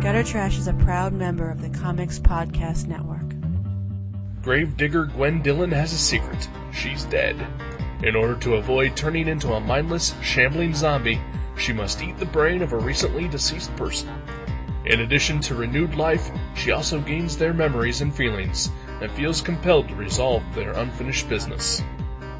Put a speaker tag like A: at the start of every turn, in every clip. A: Gutter Trash is a proud member of the Comics Podcast Network.
B: Gravedigger Gwen Dillon has a secret. She's dead. In order to avoid turning into a mindless, shambling zombie, she must eat the brain of a recently deceased person. In addition to renewed life, she also gains their memories and feelings, and feels compelled to resolve their unfinished business.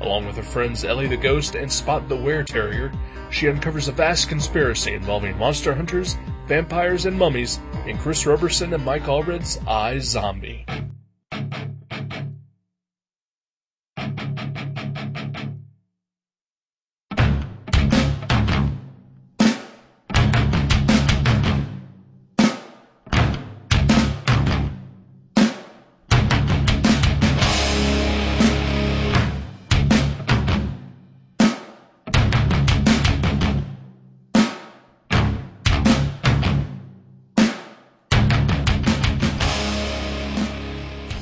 B: Along with her friends Ellie the Ghost and Spot the Were Terrier, she uncovers a vast conspiracy involving monster hunters, vampires, and mummies in Chris Roberson and Mike Allred's I Zombie.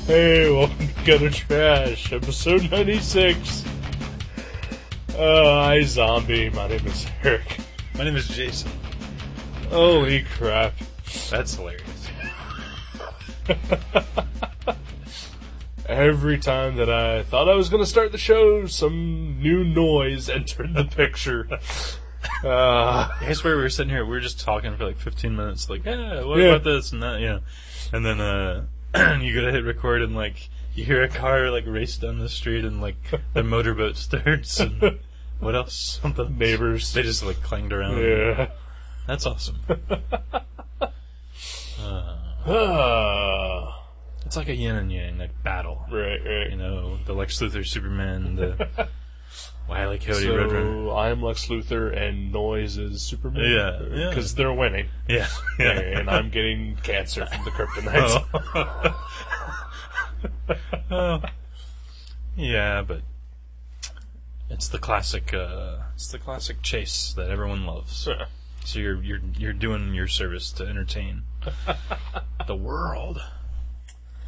B: Hey, welcome to Gutter Trash, episode 96. Uh, I Zombie, my name is Eric.
C: My name is Jason.
B: Holy crap.
C: That's hilarious.
B: Every time that I thought I was going to start the show, some new noise entered the picture. Uh,
C: I guess where we were sitting here, we were just talking for like 15 minutes, like, yeah, what
B: Yeah.
C: about this and that, yeah. And then uh, you go to hit record and like you hear a car like race down the street and like the motorboat starts and what else? Something.
B: neighbors.
C: They just like clanged around.
B: Yeah.
C: That's awesome. uh,
B: Ah,
C: it's like a yin and yang like battle.
B: right,
C: You
B: right.
C: know, the Lex Luthor Superman, the Wile E. Coyote Red Runner.
B: So I'm Lex Luthor and Noise is Superman.
C: Yeah, yeah.
B: Because they're winning.
C: Yeah.
B: And I'm getting cancer from the kryptonite.
C: Oh. Yeah, but it's the classic. Uh, it's the classic chase that everyone loves. So you're you're you're doing your service to entertain the world,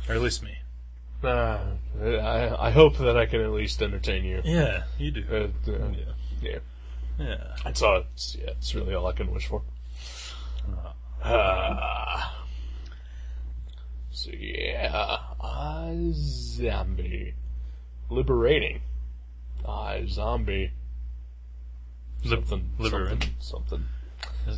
C: or at least me.
B: Uh, I, I hope that I can at least entertain you.
C: Yeah, you do.
B: Uh, uh,
C: Yeah.
B: yeah.
C: Yeah.
B: That's all. It's, yeah, it's really all I can wish for. Ah. so yeah, I zombie, liberating. I zombie.
C: Lib-
B: Something.
C: Liberate.
B: Something.
C: Is-
B: something.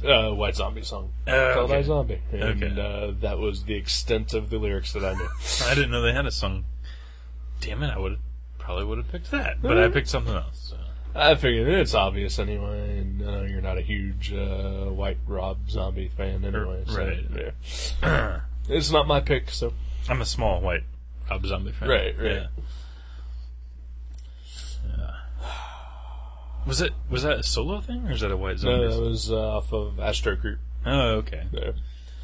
B: Uh, White Zombie song.
C: Oh,
B: called
C: okay.
B: I Zombie. And
C: Okay.
B: uh, that was the extent of the lyrics that I knew.
C: I didn't know they had a song. Damn it! I would probably would have picked that, but I picked something else. So.
B: I figured it's obvious anyway, and uh, you're not a huge uh, White Rob Zombie fan anyway. so,
C: right.
B: yeah. It's not my pick, so.
C: I'm a small white Rob Zombie fan.
B: Right, right.
C: Yeah. Yeah. Was it was that a solo thing or is that a
B: No,
C: white zombie?
B: that
C: song?
B: was uh, off of Astro Group.
C: oh, okay.
B: Yeah.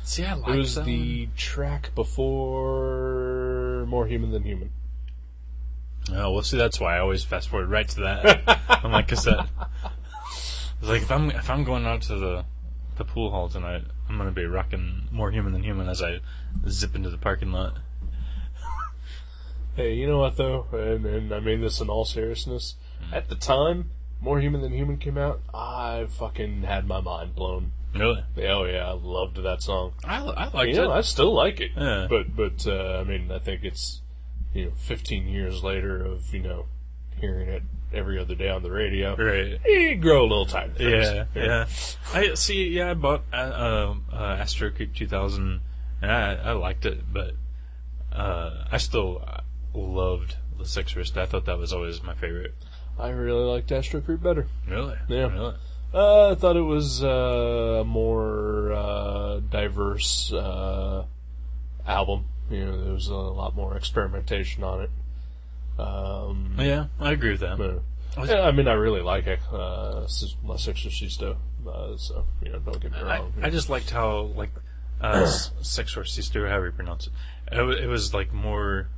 C: See, I
B: It
C: like
B: was
C: that
B: the track before More Human Than Human.
C: one. Oh, well, see, that's why I always fast forward right to that on my cassette. It's like if I'm if I'm going out to the the pool hall tonight, I'm gonna be rocking more human than human as I zip into the parking lot.
B: Hey, you know what though? And, and I mean this in all seriousness.
C: Hmm.
B: At the time, More Human Than Human came out, I fucking had my mind blown.
C: Really,
B: Oh yeah, I loved that song.
C: I I liked
B: You know, I
C: it.
B: still like it.
C: Yeah.
B: But but uh, I mean, I think it's you know, 15 years later of you know, hearing it every other day on the radio.
C: Right.
B: You grow a little tired. of things.
C: Yeah, yeah. I see. Yeah, I bought uh, uh, uh, Astro Creep 2000, and I, I liked it, but uh, I still uh, loved the Six Wrist. I thought that was always my favorite.
B: I really liked Astro Creep better.
C: Really?
B: Yeah.
C: Really?
B: Uh, I thought it was uh, a more uh, diverse uh, album. You know, there was a lot more experimentation on it. Um,
C: Yeah, I agree with that.
B: but-
C: Was-
B: yeah, I mean, I really like it. Uh, s- La Sexta uh, so you know, don't get me
C: I,
B: wrong.
C: I just liked how like uh, s- Six Wrist Sister, however you pronounce it, it, wa- it was like more.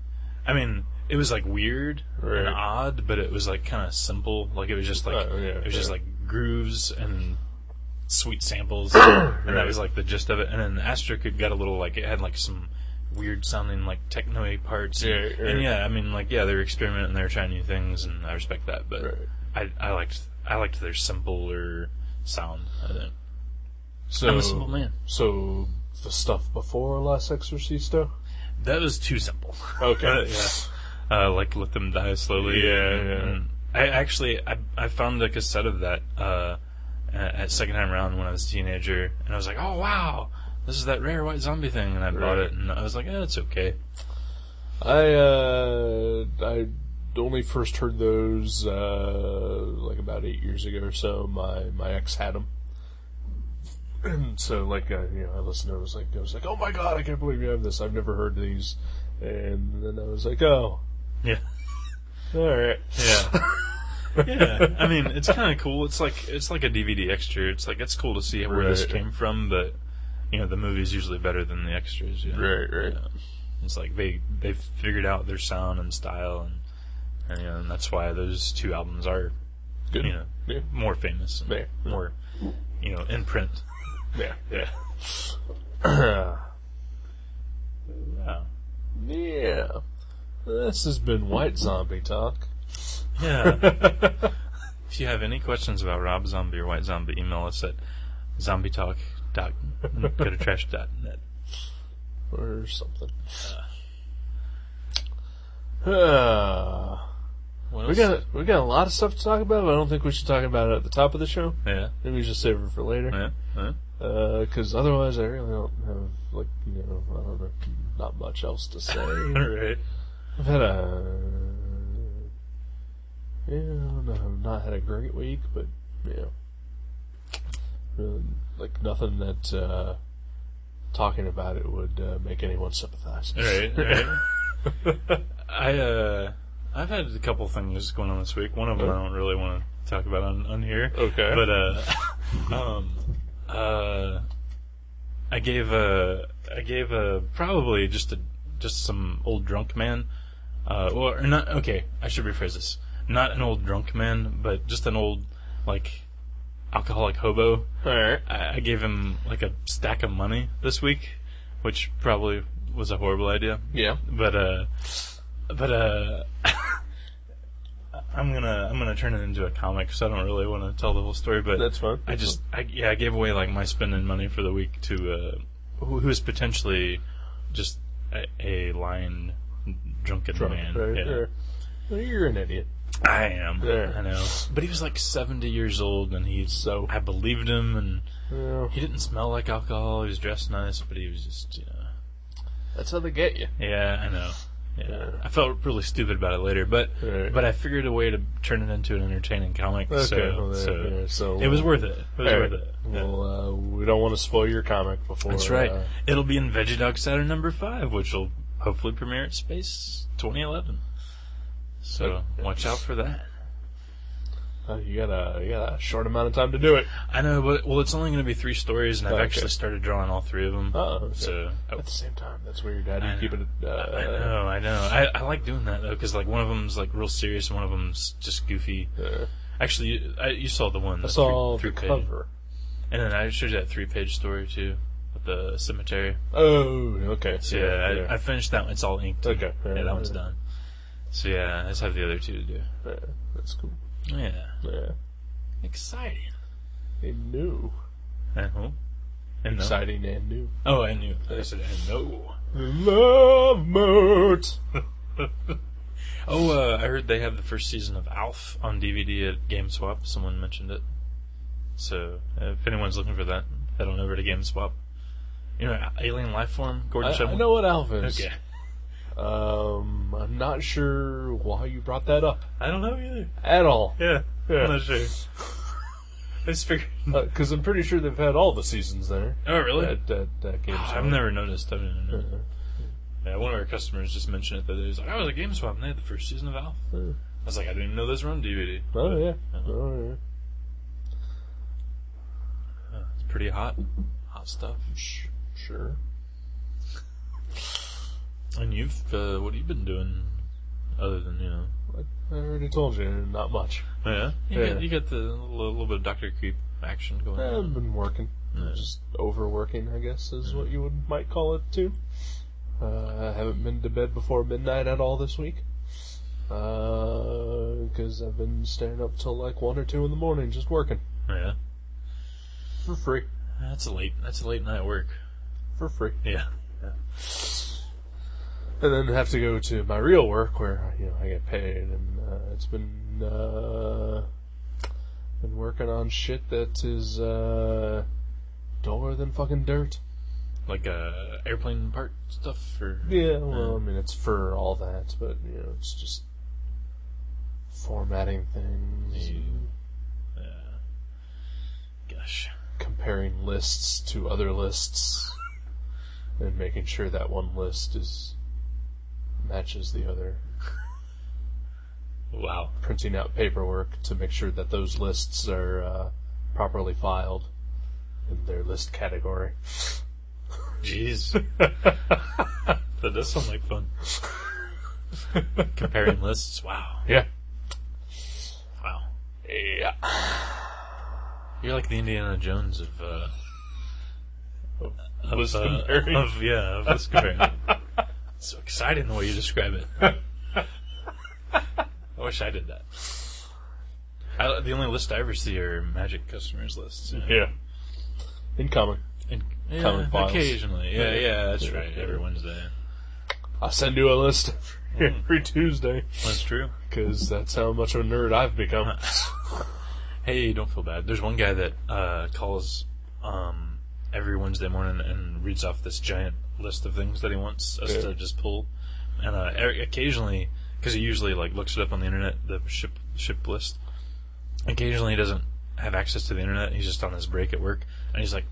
C: I mean, it was like weird
B: Right.
C: and odd, but it was like kind of simple. Like it was just like
B: Oh, yeah,
C: it was just
B: yeah.
C: like grooves and sweet samples, and that
B: Right.
C: was like the gist of it. And then Astro could get a little like it had like some weird sounding like techno parts.
B: Yeah,
C: and,
B: right.
C: and yeah, I mean like yeah, they were experimenting, they were trying new things, and I respect that. But
B: Right.
C: I I liked I liked their simpler sound. I think.
B: so,
C: I'm a simple man.
B: So The stuff before Last Exorcista?
C: That was too simple.
B: Okay.
C: Uh, like let them die slowly. Mm-hmm.
B: Yeah,
C: And-
B: yeah.
C: and I actually I I found a cassette of that uh, at at second time around when I was a teenager, and I was like, oh wow, this is that rare white zombie thing, and I bought
B: Right.
C: it, and I was like, eh, it's okay.
B: I uh I only first heard those uh like about eight years ago or so. My my ex had them, and so like I, you know I listened to it, I was like I was like oh my god I can't believe you have this I've never heard these, and then I was like oh
C: Yeah.
B: all right
C: Yeah. yeah, I mean it's kind of cool. It's like it's like a DVD extra. It's like it's cool to see where this
B: Right.
C: came from, but you know the movie's usually better than the extras. You know?
B: Right, right.
C: Yeah. It's like they they figured out their sound and style, and and, you know, and that's why those two albums are
B: good
C: you know
B: yeah
C: more famous, and
B: Yeah.
C: more you know in print.
B: yeah yeah
C: Yeah,
B: yeah this has been White Zombie talk.
C: yeah. if you have any questions about Rob Zombie or White Zombie, email us at zombietalk dot go to trash dot net.
B: or something. Uh,
C: What
B: we got we got a lot of stuff to talk about, but I don't think we should talk about it at the top of the show.
C: Yeah.
B: Maybe we should save it for later,
C: Yeah. yeah.
B: because otherwise I really don't have like you know I don't know not much else to say.
C: right.
B: I've had a yeah, I don't know, I've not had a great week, but yeah, really, like nothing that uh, talking about it would uh, make anyone sympathize.
C: Right. Right. I uh, I've had a couple things going on this week. One of them I don't really want to talk about on, on here.
B: Okay.
C: But uh, um, uh, I gave a I gave a probably just a just some old drunk man. Uh, well, or not. Okay, I should rephrase this. Not an old drunk man, but just an old like alcoholic hobo.
B: All right.
C: I I gave him like a stack of money this week, which probably was a horrible idea.
B: Yeah.
C: But uh, but uh, I'm gonna I'm gonna turn it into a comic, so I don't really want to tell the whole story. But
B: That's fine.
C: I just I, yeah I gave away like my spending money for the week to uh, who, who is potentially just a, a lying drunken man.
B: Right,
C: Yeah.
B: right. Well, You're an idiot.
C: I am.
B: Yeah.
C: I know. But he was like 70 years old, and he's
B: So?
C: I believed him, and
B: Yeah.
C: he didn't smell like alcohol. He was dressed nice, but he was just, you know.
B: That's how they get you.
C: Yeah, I know. Yeah.
B: Yeah.
C: I felt really stupid about it later, but
B: Right.
C: but I figured a way to turn it into an entertaining comic. so
B: well, there-
C: so,
B: yeah, so
C: it was worth it. It was
B: All right.
C: worth it. Yeah.
B: Well, uh, we don't want to spoil your comic before.
C: That's right.
B: uh,
C: It'll be in Veggie Dog Saturn number five, which will hopefully premiere at Space 2011. So
B: Okay.
C: watch out for that.
B: uh, you got a you got a short amount of time to do it.
C: I know, but well, it's only going to be three stories, and I've
B: Okay.
C: actually started drawing all three of them.
B: Oh, okay.
C: so oh,
B: At the same time, that's weird. How do
C: I
B: you keep it?
C: know.
B: Uh,
C: I know, I know. I, I like doing that though, because like one of them's like real serious, and one of them's just goofy.
B: uh,
C: Actually, you, I, you saw the one.
B: I
C: That's
B: saw
C: three,
B: the
C: three Page.
B: cover.
C: And then I showed you that three-page story too, with the cemetery.
B: Oh, okay.
C: So yeah, I, I finished that one. It's all inked.
B: Okay.
C: Yeah, that one's
B: Yeah.
C: done. So yeah, I just have the other two to do.
B: Yeah, that's cool.
C: Yeah,
B: Yeah.
C: exciting.
B: And new,
C: And who? And no.
B: exciting, and new.
C: Oh, I knew. I said and no.
B: The love moat.
C: Oh, uh, I heard they have the first season of Alf on DVD at GameSwap. Someone mentioned it. So, uh, if anyone's looking for that, head on over to GameSwap. You know, Alien Lifeform,
B: I,
C: Gordon
B: I
C: Shumway?
B: know what Alf is.
C: Okay.
B: Um, I'm not sure why you brought that up
C: I don't know either.
B: at all.
C: Yeah.
B: Yeah.
C: I'm not sure. I just figured.
B: Because uh, I'm pretty sure they've had all the seasons there.
C: Oh, really? Ah,
B: That, that, that game show.
C: I've never noticed. I've never noticed. Yeah, one of our customers just mentioned it the other day. He's like, I was at GameSwap and they had the first season of Alf. I
B: Oh,
C: was like, I didn't even know those were on DVD.
B: yeah.
C: Uh-huh.
B: Oh, yeah.
C: It's pretty hot. Hot stuff.
B: Sh- Sure.
C: And you've, uh, what have you been doing other than, you know,
B: I already told you, not much.
C: Yeah, you,
B: Yeah.
C: Got, you got the little, little bit of Doctor Creep action going
B: Eh, I've
C: on.
B: been working.
C: Yeah.
B: Just overworking, I guess, is what you would might call it, too. Uh, I haven't been to bed before midnight at all this week. Because I've been staying up till like 1 or 2 in the morning just working
C: Oh, Yeah,
B: for free.
C: that's a late that's a late night work.
B: for free.
C: Yeah.
B: and then have to go to my real work where you know I get paid, and uh, it's been uh, been working on shit that is uh, duller than fucking dirt.
C: Like uh, airplane part stuff or
B: Yeah, well, I mean it's for all that, but you know it's just formatting things, and
C: gosh.
B: comparing lists to other lists, and making sure that one list is matches the other.
C: Wow.
B: printing out paperwork to make sure that those lists are uh, properly filed in their list category.
C: Jeez. that does sound like fun. Comparing lists. Wow.
B: Yeah.
C: Wow.
B: Yeah.
C: You're like the Indiana Jones of uh, of,
B: List
C: uh,
B: comparing.
C: of- yeah, of list comparing. so exciting the way you describe it. I wish I did that. I, the only list I ever see are Magic customers lists. you know.
B: Yeah. In common.
C: And, yeah,
B: Common files.
C: occasionally. Yeah,
B: Yeah.
C: yeah, that's
B: Yeah.
C: right. Every Wednesday.
B: I send you a list every Tuesday
C: That's true.
B: because that's how much of a nerd I've become.
C: Hey, don't feel bad. There's one guy that uh, calls um, every Wednesday morning and reads off this giant list of things that he wants us
B: Yeah.
C: to just pull, and uh, er- occasionally, because he usually like looks it up on the internet, the ship ship list. Occasionally, he doesn't have access to the internet. He's just on his break at work, and he's like,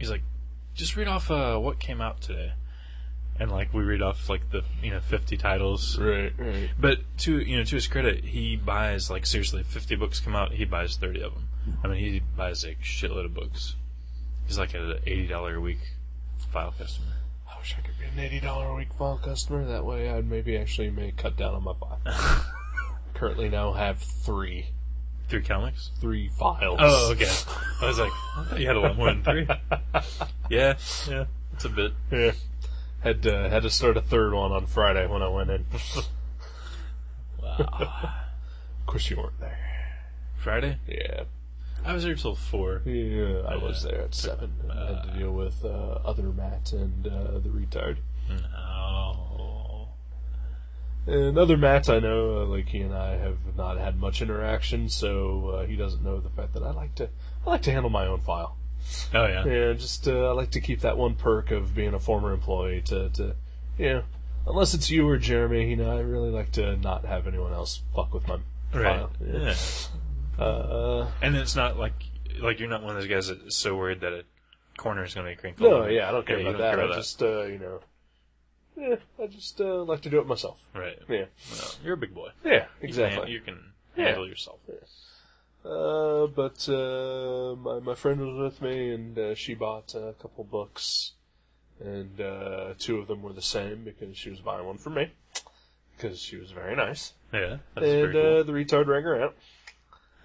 C: he's like, just read off uh, what came out today, and like we read off like the you know 50 titles,
B: right, right.
C: but to you know, to his credit, he buys like seriously, if fifty books come out, he buys thirty of them. I mean, he buys a shitload of books. He's like an eighty dollar a week file customer.
B: I wish I could be an $80 a week file customer. That way I'd maybe actually may cut down on my file. Currently now have three.
C: Three comics.
B: Three files.
C: Oh, okay. I was like, I thought you had a lot more than three. yeah, yeah, it's a bit.
B: Yeah. Had to, had to start a third one on Friday when I went in.
C: Wow.
B: Of course you weren't there.
C: uh, Friday,
B: Yeah.
C: I was there till four.
B: Yeah, I was there at 7. and I had to deal with uh, other Matt and uh, the retard.
C: No. Oh,
B: And other Matt, I know, uh, like he and I have not had much interaction, so uh, he doesn't know the fact that I like to I like to handle my own file.
C: Oh yeah.
B: Yeah, just uh, I like to keep that one perk of being a former employee to to you know, unless it's you or Jeremy, you know, I really like to not have anyone else fuck with my
C: Right.
B: file.
C: Yeah.
B: Uh,
C: And it's not like like you're not one of those guys that's so worried that a corner is going to be crinkled.
B: no, yeah, I don't care
C: Yeah, you
B: about
C: don't
B: that.
C: care about
B: I just uh, you know, yeah, I just uh, like to do it myself.
C: Right.
B: Yeah.
C: Well, you're a big boy.
B: Yeah,
C: You
B: exactly.
C: can, you can
B: Yeah.
C: handle yourself.
B: Uh, but uh, my my friend was with me, and uh, she bought uh, a couple books, and uh, two of them were the same because she was buying one for me because she was very nice.
C: Yeah. That's
B: and
C: very cool.
B: uh, the retard rang her out,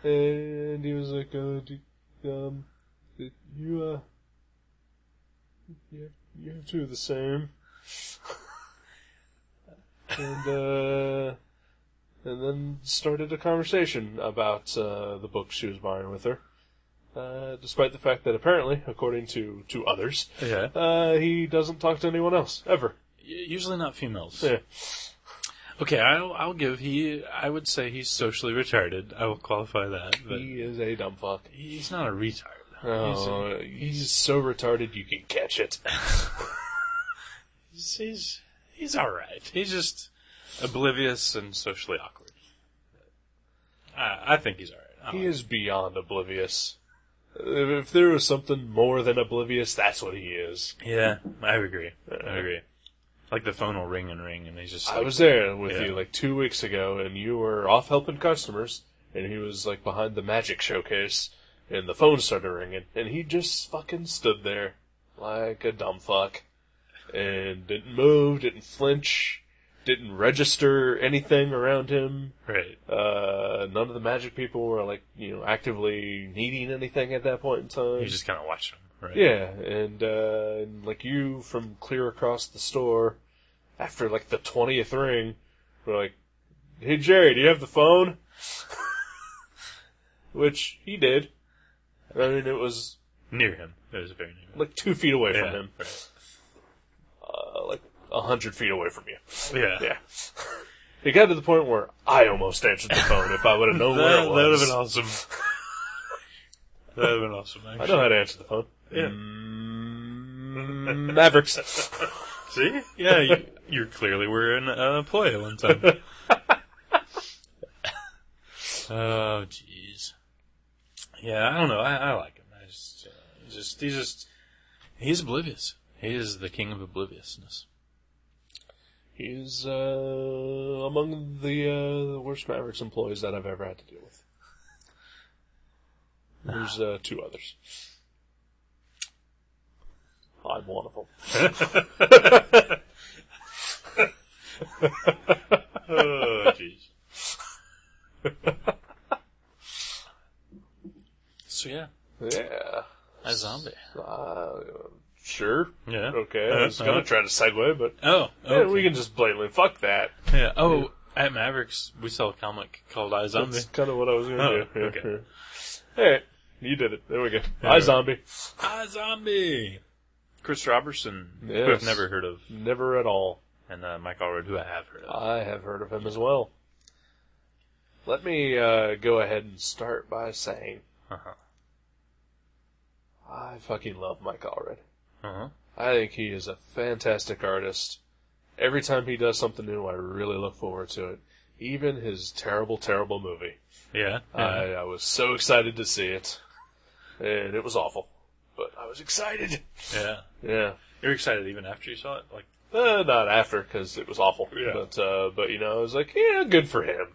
B: and he was like, uh, do, "Um, did you uh, you have, you have two of the same." and uh, and then started a conversation about uh, the book she was buying with her. Uh, despite the fact that apparently, according to to others,
C: yeah.
B: uh, he doesn't talk to anyone else ever.
C: Usually not females.
B: Yeah.
C: Okay, I'll, I'll give he. I would say he's socially retarded. I will qualify that. But
B: He is a dumb fuck.
C: he's not a retard.
B: Oh, he's, so retarded you can catch it.
C: He's he's, he's all right. He's just oblivious and socially awkward. I, I think he's all right. I
B: He
C: like
B: is beyond oblivious. If if there was something more than oblivious, that's what he is.
C: Yeah, I agree. I agree. Like the phone will ring and ring, and he's just.
B: I
C: like-
B: was there with
C: Yeah.
B: you like two weeks ago, and you were off helping customers, and he was like behind the magic showcase, and the phone started ringing, and he just fucking stood there like a dumb fuck, and didn't move, didn't flinch, didn't register anything around him.
C: right.
B: Uh, none of the magic people were like you know actively needing anything at that point in time.
C: You just kind of watch him. Right.
B: yeah, and, uh, and like you from clear across the store, after like the twentieth ring, were like, "Hey Jerry, do you have the phone?" Which he did. I mean, it was
C: Near him. It was very near.
B: like two feet away
C: Yeah.
B: from him. Uh,
C: Right.
B: a hundred feet away from you.
C: Yeah.
B: Yeah. It got to the point where I almost answered the phone if I would have known where
C: That,
B: it
C: would have
B: was.
C: been awesome. that would have been awesome,
B: I
C: actually.
B: know how to answer the phone.
C: Yeah.
B: Mm, Mavericks.
C: See? Yeah, you, you clearly were an uh, employee at one time. oh, jeez. Yeah, I don't know. I, I like him. I just, uh, he's just, he's just, he's oblivious. He is the king of obliviousness.
B: He's uh, among the, uh, the worst Mavericks employees that I've ever had to deal with. There's uh, two others. I'm one of them.
C: Oh, jeez. so yeah,
B: Yeah.
C: a zombie.
B: Uh, sure.
C: Yeah.
B: Okay.
C: Uh,
B: I was gonna
C: uh.
B: try to segue, but
C: Oh,
B: yeah,
C: okay.
B: we can just blatantly fuck that.
C: Yeah. Oh, at Mavericks, we sell a comic called I Zombie.
B: That's kind of what I was gonna
C: Oh,
B: do.
C: okay.
B: All right. You did it. There we go.
C: Yeah.
B: I zombie.
C: I Zombie. Chris Robertson, who
B: Yes.
C: I've never heard of,
B: Never at all.
C: and uh, Mike Allred, who I have heard of.
B: I have heard of him as well. Let me uh, go ahead and start by saying
C: Uh-huh.
B: I fucking love Mike Allred.
C: Uh-huh.
B: I think he is a fantastic artist. Every time he does something new, I really look forward to it. Even his terrible, terrible movie.
C: Yeah.
B: I,
C: yeah.
B: I was so excited to see it, and it was awful, but I was excited.
C: yeah.
B: Yeah,
C: You're excited even after you saw it? Like,
B: uh, not after because it was awful.
C: Yeah.
B: But uh, but you know, I was like, yeah, good for him.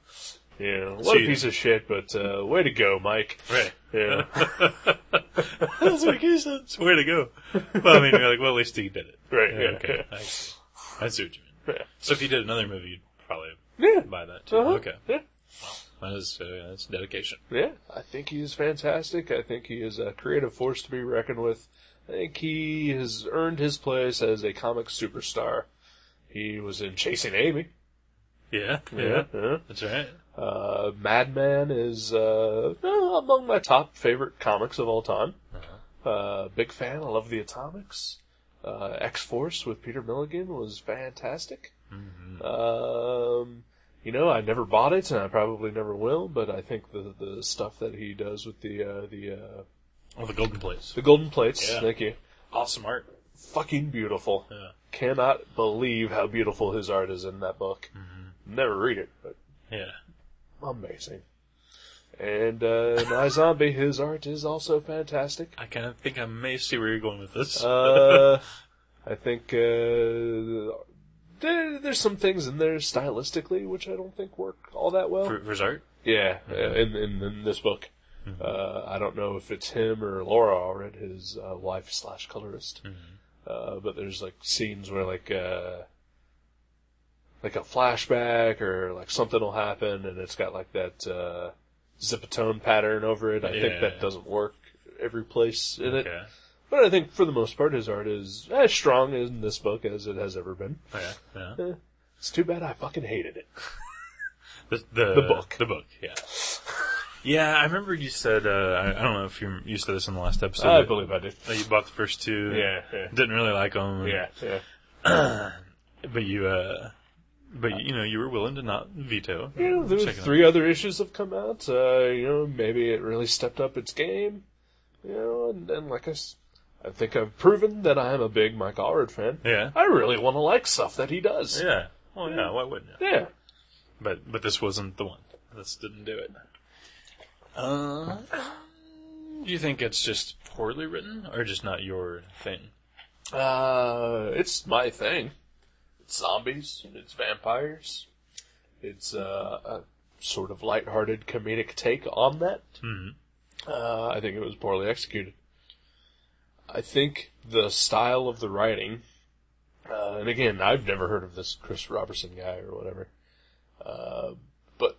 B: Yeah, what
C: See-
B: a piece of shit, but uh, way to go, Mike.
C: right.
B: Yeah,
C: That's what he said. It's where to go. Well, I mean, you're like, well, at least he did it.
B: right.
C: Yeah,
B: Yeah,
C: okay. I, see. I see what you mean.
B: yeah.
C: So if he did another movie, you'd probably
B: Yeah.
C: buy that too.
B: Uh-huh.
C: Okay.
B: Yeah.
C: That is, uh, yeah, that's dedication.
B: Yeah, I think he is fantastic. I think he is a creative force to be reckoned with. I think he has earned his place as a comic superstar. He was in Chasing Amy.
C: Yeah.
B: yeah.
C: That's right.
B: Uh, Madman is uh, uh, among my top favorite comics of all time.
C: Uh-huh.
B: Uh, big fan. I love the Atomics. Uh, X Force with Peter Milligan was fantastic.
C: Mm-hmm.
B: Um, you know, I never bought it, and I probably never will. But I think the the stuff that he does with the uh, the uh,
C: All the golden plates.
B: the golden plates,
C: Yeah.
B: thank you,
C: Awesome art.
B: fucking beautiful.
C: Yeah.
B: Cannot believe how beautiful his art is in that book.
C: Mm-hmm.
B: Never read it, but
C: Yeah.
B: amazing. And uh, my zombie, his art is also fantastic.
C: I kind of think I may see where you're going with this.
B: Uh, I think uh, there, there's some things in there stylistically which I don't think work all that well.
C: for, for his art?
B: yeah, uh, in, in in this book,
C: Mm-hmm.
B: uh, I don't know if it's him or Laura Allred, his uh, wife slash colorist.
C: Mm-hmm.
B: Uh, but there's like scenes where like uh, like a flashback or like something will happen, and it's got like that uh, zipatone pattern over it. I
C: Yeah.
B: think that doesn't work every place in it.
C: Okay.
B: But I think for the most part, his art is as strong in this book as it has ever been.
C: Yeah. yeah.
B: Eh, It's too bad I fucking hated it.
C: The, the,
B: The book.
C: The book, yeah. Yeah, I remember you said, uh, I, I don't know if you, you said this in the last episode.
B: I
C: but-
B: believe I did.
C: that you bought the first two.
B: Yeah, yeah.
C: Didn't really like them.
B: Yeah, yeah.
C: But you, uh, but you know, you were willing to not veto.
B: You know, there were
C: Check it out.
B: three other issues have come out. Uh, you know, maybe it really stepped up its game. You know, and, and like I, s- I think I've proven that I am a big Mike Allred fan.
C: Yeah.
B: I really want to like stuff that he does.
C: Yeah. Well, yeah. Why wouldn't you?
B: Yeah.
C: But but this wasn't the one. This didn't do it. Uh, do you think it's just poorly written or just not your thing?
B: Uh, it's my thing. It's zombies. It's vampires. It's uh, a sort of lighthearted comedic take on that. Mm-hmm. Uh, I think it was poorly executed. I think the style of the writing, uh, and again, I've never heard of this Chris Robertson guy or whatever, uh, but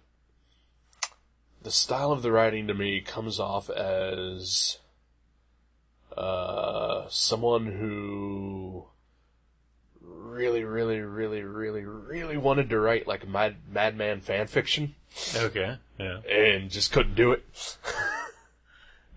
B: the style of the writing to me comes off as uh, someone who really, really, really, really, really wanted to write like Mad Madman fan fiction
C: Okay. Yeah.
B: and just couldn't do it.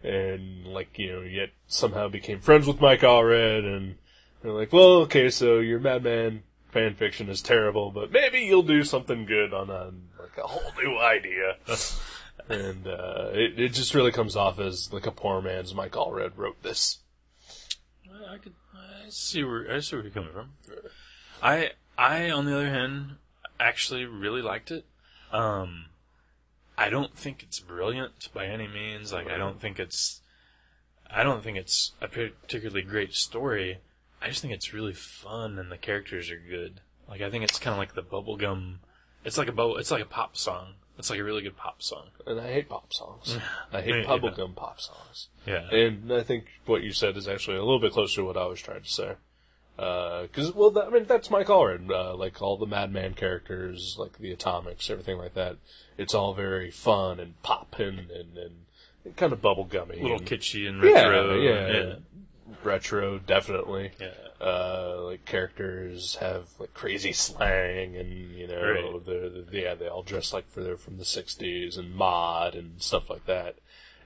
B: and like you know, yet somehow became friends with Mike Allred, and they're like, well, okay, so you're Madman fan fiction is terrible, but maybe you'll do something good on a like a whole new idea. and uh, it it just really comes off as like a poor man's Mike Allred wrote this.
C: Well, I could I see where I see where you're coming from. I I on the other hand actually really liked it. Um, I don't think it's brilliant by any means. Like I don't think it's I don't think it's a particularly great story. I just think it's really fun and the characters are good. Like I think it's kind of like the bubblegum. It's like a bubble. It's like a pop song. It's like a really good pop song.
B: And I hate pop songs. I
C: Yeah,
B: hate
C: yeah.
B: bubblegum pop songs.
C: Yeah.
B: And I think what you said is actually a little bit closer to what I was trying to say. Because, well, that, I mean, that's Mike Allred. Uh, like, all the Madman characters, like the Atomics, everything like that. It's all very fun and poppin' and, and kind of bubblegummy.
C: a little
B: and-
C: kitschy and
B: Yeah,
C: retro.
B: yeah. Retro, definitely.
C: yeah.
B: Uh, like, characters have, like, crazy slang and, you know,
C: Right.
B: they're, they yeah, they all dress like for they're from the 60s and mod and stuff like that.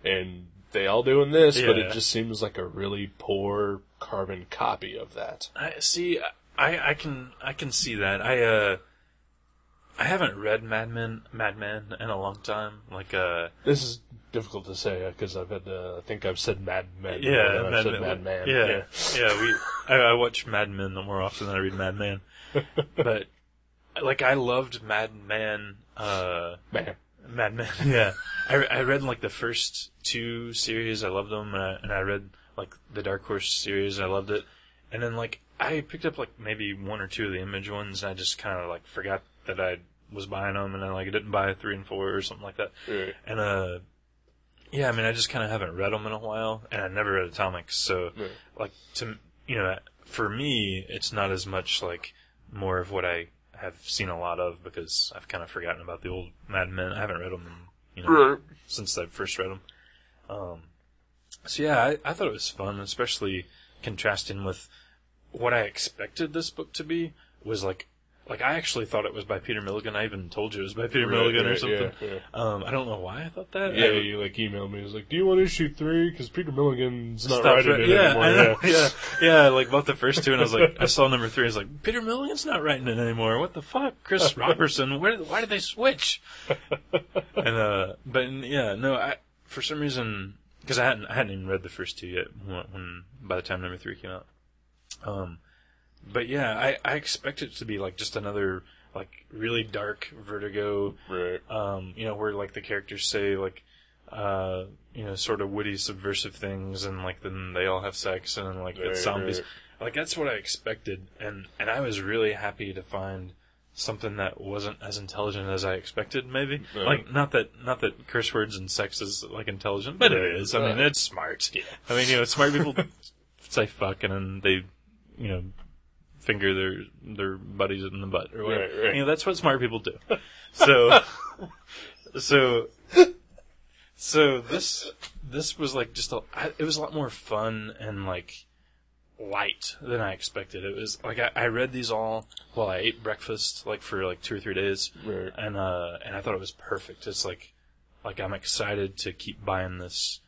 B: And they all doing this, but it
C: Yeah.
B: just seems like a really poor carbon copy of that.
C: I see. I I can I can see that. I uh. I haven't read Mad Men, Mad Men in a long time. Like, uh,
B: This is difficult to say because I've had, uh, I think I've said Mad Men. more
C: yeah,
B: than I've
C: Mad
B: said
C: Men.
B: Mad Man.
C: Yeah, yeah. we, I, I watch Mad Men more often than I read Mad Men. But, like, I loved Mad Men, uh,
B: Man.
C: Mad Men. Yeah, I, I read like the first two series. I loved them, and I, and I read like the Dark Horse series. I loved it, and then like I picked up like maybe one or two of the Image ones, and I just kind of like forgot that I was buying them, and I like didn't buy three and four or something like that.
B: Right.
C: And uh, yeah, I mean, I just kind of haven't read them in a while, and I never read Atomic, so
B: Right.
C: like to you know, for me, it's not as much like more of what I have seen a lot of because I've kind of forgotten about the old Mad Men. I haven't read them, in, you know,
B: Right.
C: since I first read them. Um, so yeah, I, I thought it was fun, especially contrasting with what I expected this book to be was like. Like I actually thought it was by Peter Milligan. I even told you it was by Peter
B: Right,
C: Milligan or
B: right,
C: something.
B: yeah, yeah.
C: Um, I don't know why I thought that.
B: Yeah,
C: I-
B: you like emailed me. He was like, "Do you want issue three? Because Peter Milligan's not
C: Stop
B: writing
C: wri-
B: it
C: yeah,
B: anymore."
C: I know,
B: Yeah.
C: yeah, yeah. Like bought the first two, and I was like, I saw number three. I was like, Peter Milligan's not writing it anymore. What the fuck, Chris Robertson? Where? Why did they switch? and uh, but yeah, no. I for some reason because I hadn't I hadn't even read the first two yet when, when by the time number three came out. Um, but yeah, I I expect it to be like just another like really dark Vertigo
B: Right.
C: um, you know, where like the characters say like, uh, you know, sort of witty subversive things, and like then they all have sex, and then, like
B: Right,
C: it's zombies.
B: right.
C: Like that's what I expected, and and I was really happy to find something that wasn't as intelligent as I expected. Maybe
B: Right.
C: like not that not that curse words and sex is like intelligent, but it is. I mean,
B: Right.
C: it's smart. I mean, you know, smart people say fuck, and then they, you know. Finger their their buddies in the butt or whatever.
B: Right, right.
C: You know that's what smart people do. So, so, so this this was like just a. I, it was a lot more fun and like light than I expected. It was like I, I read these all while I ate breakfast, like for like two or three days,
B: Right.
C: and uh, and I thought it was perfect. It's like like I'm excited to keep buying this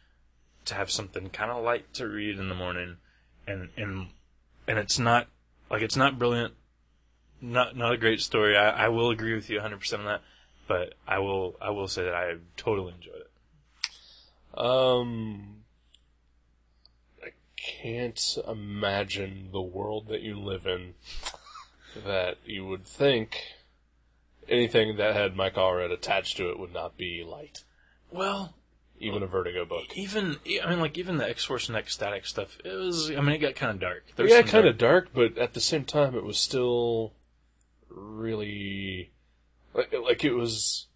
C: to have something kind of light to read in the morning, and and and it's not like it's not brilliant, not not a great story. I, I will agree with you 100 percent on that, but I will I will say that I totally enjoyed it.
B: Um, I can't imagine the world that you live in that you would think anything that had Mike Allred attached to it would not be light,
C: Well,
B: even a Vertigo book.
C: even I mean like even the X Force and Ecstatic stuff, it was I mean it got kind of dark. There was
B: Yeah,
C: some
B: kind
C: dark-
B: of dark, but at the same time, it was still really like, like it was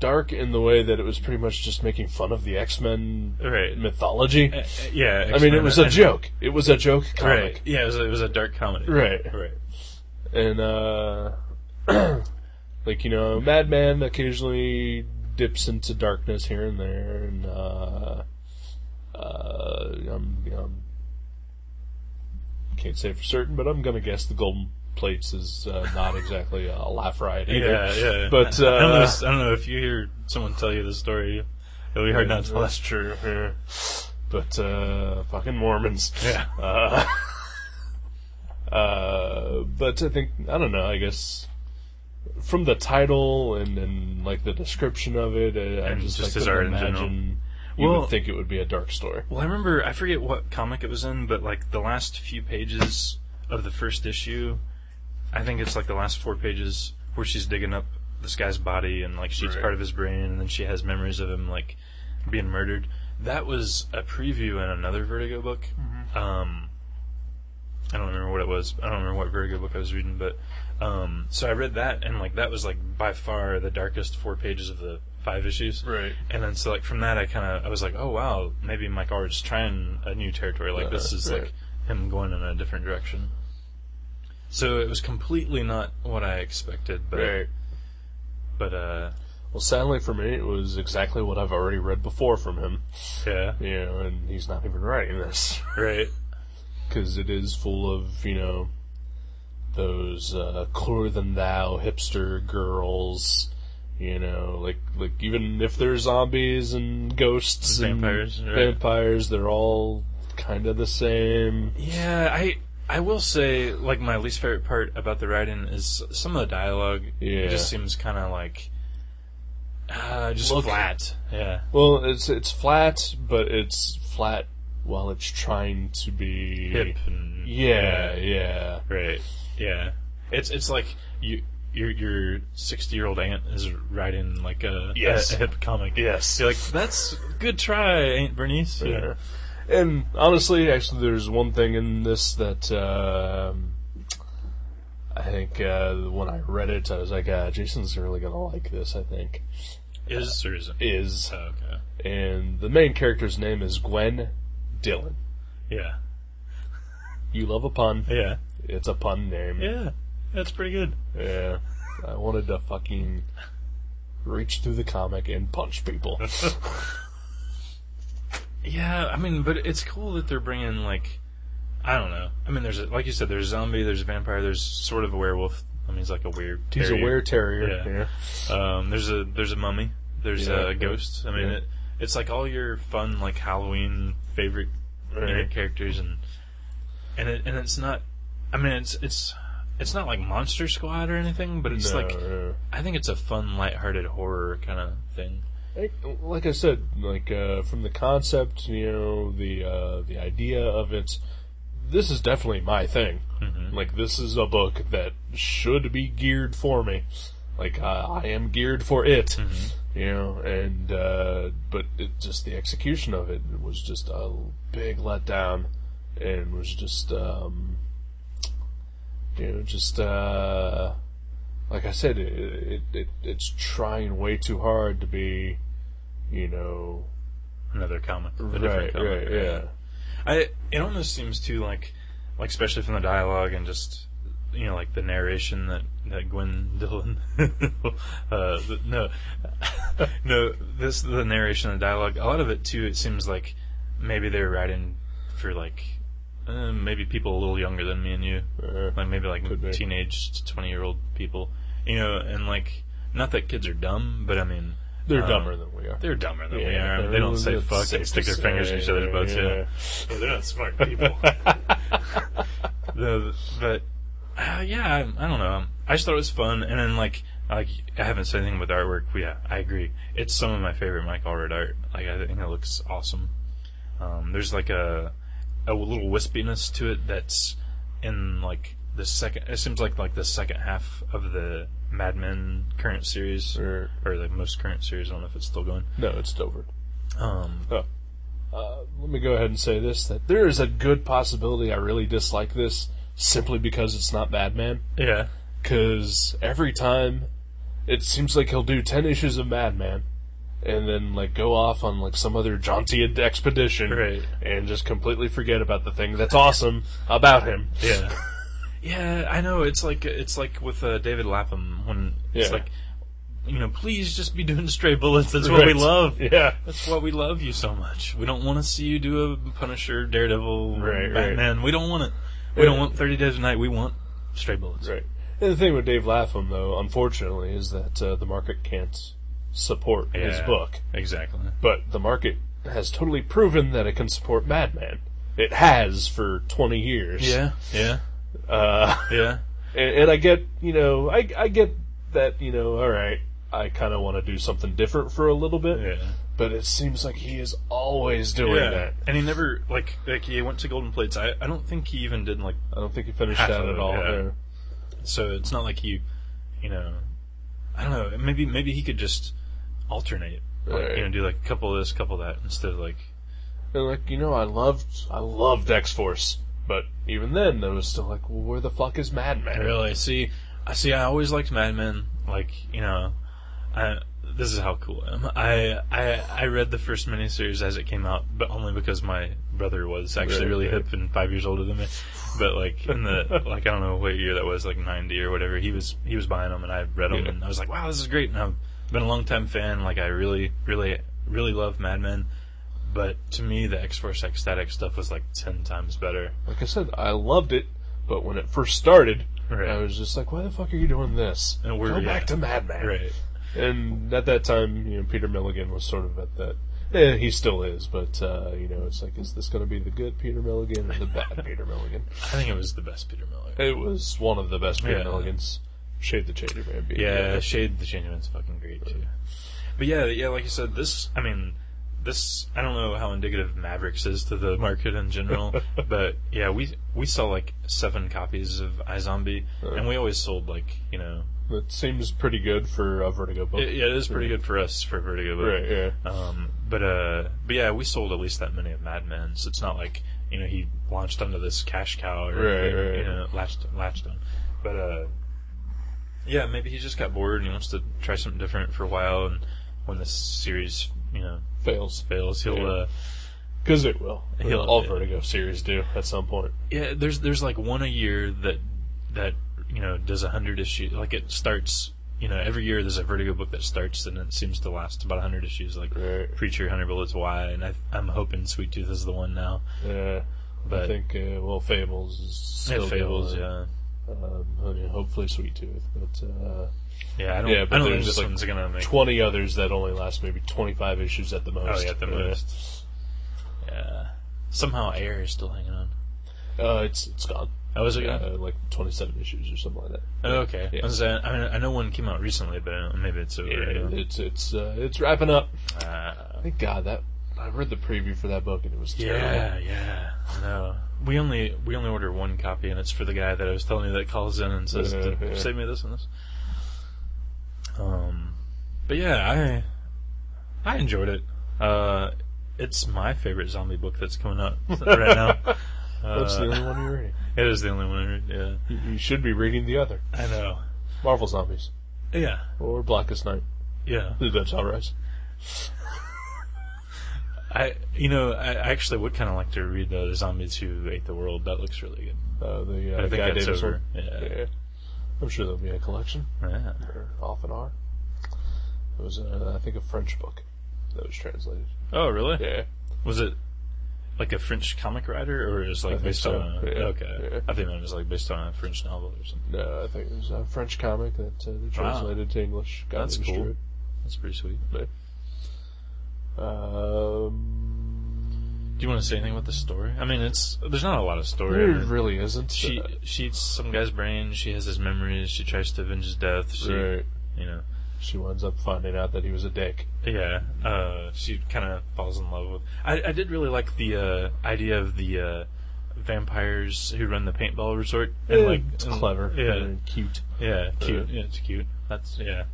B: dark in the way that it was pretty much just making fun of the X Men
C: Right.
B: mythology.
C: Uh, uh, yeah,
B: I mean, it
C: X-Men
B: was a
C: and-
B: joke. It was a joke
C: Right.
B: comic.
C: Yeah, it was, a, it was a dark comedy.
B: Right.
C: Right.
B: And, uh, like, you know, Madman occasionally dips into darkness here and there, and, uh, uh, I'm, I'm, can't say for certain, but I'm gonna guess the Golden Plates is, uh, not exactly a laugh riot either.
C: Yeah, yeah.
B: But,
C: I don't, know,
B: uh,
C: if- I don't know if you hear someone tell you the story, it'll be hard not to laugh.
B: that's true. yeah. But, uh, fucking Mormons.
C: Yeah.
B: Uh, uh, But I think I don't know. I guess from the title and, and like the description of it, I, I
C: And
B: just,
C: just
B: like,
C: his
B: couldn't
C: art in
B: imagine.
C: general.
B: You
C: Well-
B: would think it would be a dark story.
C: Well, I remember I forget what comic it was in, but like the last few pages of the first issue, I think it's like the last four pages where she's digging up this guy's body and like she's
B: Right.
C: part of his brain, and then she has memories of him like being murdered. That was a preview in another Vertigo book. Um, I don't remember what it was. I don't remember what Vertigo book I was reading, but um, so I read that, and like that was like by far the darkest four pages of the five issues.
B: Right.
C: And then so like from that, I kind of I was like, oh wow, maybe Mike Allred's trying a new territory. Like this
B: Uh,
C: is
B: right.
C: like him going in a different direction. So it was completely not what I expected, but
B: Right.
C: but uh
B: Well, sadly for me, it was exactly what I've already read before from him.
C: yeah
B: You know, and he's not even writing this
C: right
B: because it is full of you know those uh, cooler than thou hipster girls. You know, like like even if they're zombies and ghosts
C: Vampires,
B: and
C: right.
B: vampires, they're all kind of the same.
C: yeah I I will say like my least favorite part about the writing is some of the dialogue.
B: Yeah.
C: it just seems kind of like uh, just
B: Look-
C: flat. Yeah,
B: Well, it's it's flat, but it's flat while it's trying to be
C: hip and
B: Yeah, yeah.
C: Right. Yeah. It's it's like you your your sixty year old aunt is writing like a,
B: Yes.
C: a, hip comic.
B: Yes.
C: You're like, that's good try, Aunt Bernice.
B: Yeah. And honestly, actually, there's one thing in this that um I think uh, when I read it, I was like, uh, "Jason's really gonna like this." I think
C: Is or isn't?
B: is
C: Oh, okay.
B: and the main character's name is Gwen Dillon.
C: Yeah.
B: You love a pun.
C: Yeah.
B: It's a pun name.
C: Yeah. That's pretty good.
B: Yeah. I wanted to fucking reach through the comic and punch people.
C: Yeah, I mean, but it's cool that they're bringing like, I don't know. I mean, there's a, like you said, there's a zombie, there's a vampire, there's sort of a werewolf. I mean, he's like a weird.
B: He's a
C: terrier.
B: weird terrier.
C: Yeah. Um, there's a there's a mummy. There's
B: Yeah.
C: a ghost. I mean,
B: Yeah.
C: it, it's like all your fun like Halloween favorite you know,
B: Right.
C: characters, and and it, and it's not. I mean, it's it's it's not like Monster Squad or anything, but it's
B: No,
C: like
B: yeah.
C: I think it's a fun, lighthearted horror kind of thing.
B: Like- like I said, like uh, from the concept, you know, the uh, the idea of it, this is definitely my thing. Like this is a book that should be geared for me. Like I I am geared for it, you know. And uh, but it, just the execution of it was just a big letdown, and was just um, you know just uh like I said, it, it, it it's trying way too hard to be, you know,
C: Another comic, a
B: right,
C: different comic.
B: right, yeah,
C: I it almost seems too like like especially from the dialogue and just you know like the narration that that Gwen Dillon uh th- no no this the narration and the dialogue a lot of it too it seems like maybe they're writing for like uh, maybe people a little younger than me and you
B: Uh,
C: like maybe like
B: could be.
C: teenage to 20 year old people you know and like not that kids are dumb but I mean
B: they're
C: um,
B: dumber than we are.
C: they're dumber than we
B: Yeah,
C: are.
B: they're
C: They don't
B: really
C: say
B: good
C: fuck
B: safe
C: and stick
B: to
C: their fingers in each
B: say,
C: other's butts. Yeah,
B: yeah.
C: they're not smart people. but uh, yeah, I, I don't know. I just thought it was fun, and then like like I haven't said anything with artwork. But yeah, I agree. It's some of my favorite Mike Allred art. Like I think it looks awesome. Um, there's like a a little wispiness to it that's in like the second. It seems like like the second half of the Mad Men current series
B: Or-
C: or the most current series. I don't know if it's still going.
B: no, it's Dover.
C: Um,
B: Oh. Uh, let me go ahead and say this: that there is a good possibility I really dislike this simply because it's not Madman.
C: yeah.
B: Because every time, it seems like he'll do ten issues of Madman, and then like go off on like some other jaunty expedition,
C: Right.
B: and just completely forget about the thing that's awesome about him.
C: Yeah. yeah, I know. It's like it's like with uh, David Lapham when it's
B: Yeah.
C: like, you know, please just be doing stray bullets. That's what we
B: Right.
C: love.
B: Yeah.
C: That's why we love you so much. We don't want to see you do a Punisher, Daredevil,
B: Right, right.
C: Batman. We don't want it. We don't want Thirty Days a Night. We want stray bullets.
B: Right. And the thing with Dave Lapham, though, unfortunately, is that uh, the market can't support his
C: Yeah,
B: book.
C: Exactly.
B: But the market has totally proven that it can support Madman. It has for 20 years.
C: Yeah. Yeah.
B: Uh,
C: Yeah.
B: And, and I get, you know, I, I get that, you know, all right, I kind of want to do something different for a little bit.
C: Yeah.
B: But it seems like he is always doing that.
C: And he never like like he went to Golden Plates. I, I don't think he even did like
B: I don't think he finished
C: Half
B: that
C: of
B: at
C: it,
B: all.
C: yeah.
B: there.
C: so it's not like he you know I don't know, maybe maybe he could just alternate. Like,
B: Right.
C: you know, do like a couple of this, couple of that instead of like
B: And like, you know, I loved, I loved X Force, but even then, I was still like, well, where the fuck is Madman?
C: Really? See, I see. I always liked Mad Men. Like you know, I, this is how cool I am. I I I read the first miniseries as it came out, but only because my brother was actually
B: Right,
C: really
B: right.
C: hip and five years older than me. But like in the like I don't know what year that was, like ninety or whatever. He was he was buying them, and I read them,
B: Yeah.
C: and I was like, wow, this is great. And I've been a long time fan. Like I really really really love Mad Men. But to me, the X Force ecstatic stuff was like ten times better.
B: Like I said, I loved it, but when it first started,
C: Right.
B: I was just like, why the fuck are you doing this?
C: And we're-
B: Go
C: yeah.
B: back to Madman.
C: Right.
B: And at that time, you know, Peter Milligan was sort of at that. Eh, he still is, but uh, you know, it's like, is this going to be the good Peter Milligan or the bad Peter Milligan?
C: I think it was the best Peter Miller.
B: It was one of the best Peter
C: Yeah.
B: Milligans. Shade the Chater Man. being
C: Yeah,
B: the-
C: Shade the Genuine's fucking great too. But yeah, yeah, like you said, this I mean this I don't know how indicative Mavericks is to the market in general, but yeah, we we sell like seven copies of iZombie and we always sold like, you know
B: That seems pretty good for a Vertigo book.
C: it, yeah, it is pretty good for us for Vertigo but
B: Right, yeah.
C: um but uh but yeah, we sold at least that many of Mad Men, so it's not like, you know, he launched onto this cash cow or
B: Right, right,
C: you
B: right.
C: know, latched latched on. But uh yeah, maybe he just got bored and he wants to try something different for a while. And when this series, you know,
B: Fails.
C: fails, he'll.
B: Yeah.
C: Uh,
B: Because it will.
C: He'll-
B: All Vertigo series do at some point.
C: yeah, there's there's like one a year that that you know does a hundred issues. Like it starts, you know, every year there's a Vertigo book that starts and it seems to last about a hundred issues. Like
B: Right.
C: Preacher, Hunter Bullets, Why, and I, I'm hoping Sweet Tooth is the one now.
B: Yeah.
C: But
B: Uh, I think, uh, well, Fables is
C: it
B: still
C: fails.
B: going.
C: Yeah,
B: Um, I mean, hopefully Sweet Tooth, but uh,
C: yeah. I don't.
B: Yeah, but
C: I don't
B: there's
C: think this
B: like
C: one's gonna make.
B: 20 others that only last maybe 25 issues at the most.
C: Oh yeah, at the
B: Uh,
C: most. Yeah. Somehow air is still hanging on.
B: Uh, it's it's gone.
C: Oh, is it gone?
B: Uh, like 27 issues or something like that.
C: Oh, okay.
B: Yeah.
C: I, was, uh, I mean, I know one came out recently, but I don't- maybe it's over.
B: And
C: Yeah,
B: It's it's uh, it's wrapping up.
C: uh,
B: Thank God that I read the preview for that book and it was terrible.
C: yeah, yeah. No, we only we only order one copy, and it's for the guy that I was telling you that calls in and says,
B: Yeah,
C: to
B: yeah.
C: "Save me this and this." Um, but yeah, I I enjoyed it. Uh, it's my favorite zombie book that's coming out right now. Uh,
B: That's the only one you're reading.
C: it is the only one. Yeah,
B: You, you should be reading the other
C: I know.
B: Marvel Zombies
C: Yeah,
B: or Blackest Night.
C: yeah.
B: That's all right.
C: I you know I I actually would kind of like to read the zombies who ate the world. That looks really good.
B: Uh, the uh,
C: I think
B: Guy
C: that's
B: Davis
C: over.
B: one.
C: Yeah.
B: Yeah. I'm sure there'll be a collection.
C: Yeah.
B: Or off and R. It was, uh, I think, a French book that was translated.
C: Oh, really?
B: Yeah.
C: Was it like a French comic writer, or is
B: I
C: like
B: think
C: based
B: so,
C: on? A,
B: yeah,
C: Okay,
B: yeah.
C: I think it was like based on a French novel or something.
B: No, I think it was a French comic that uh, they translated to English. Got
C: Ah. That's
B: English
C: cool.
B: to
C: That's pretty sweet.
B: it. Yeah. Um,
C: Do you want to say anything about the story? I mean, it's there's not a lot of story. I
B: there
C: mean,
B: really isn't.
C: she
B: uh,
C: she eats some guy's brain. She has his memories. She tries to avenge his death. She,
B: right.
C: you know,
B: She winds up finding out that he was a dick.
C: yeah. Uh, she kind of falls in love with. I I did really like the uh, idea of the uh, vampires who run the paintball resort and like
B: it's
C: and-
B: clever
C: Oh, Yeah,
B: and cute.
C: Yeah, cute.
B: Uh,
C: yeah, it's cute. That's yeah.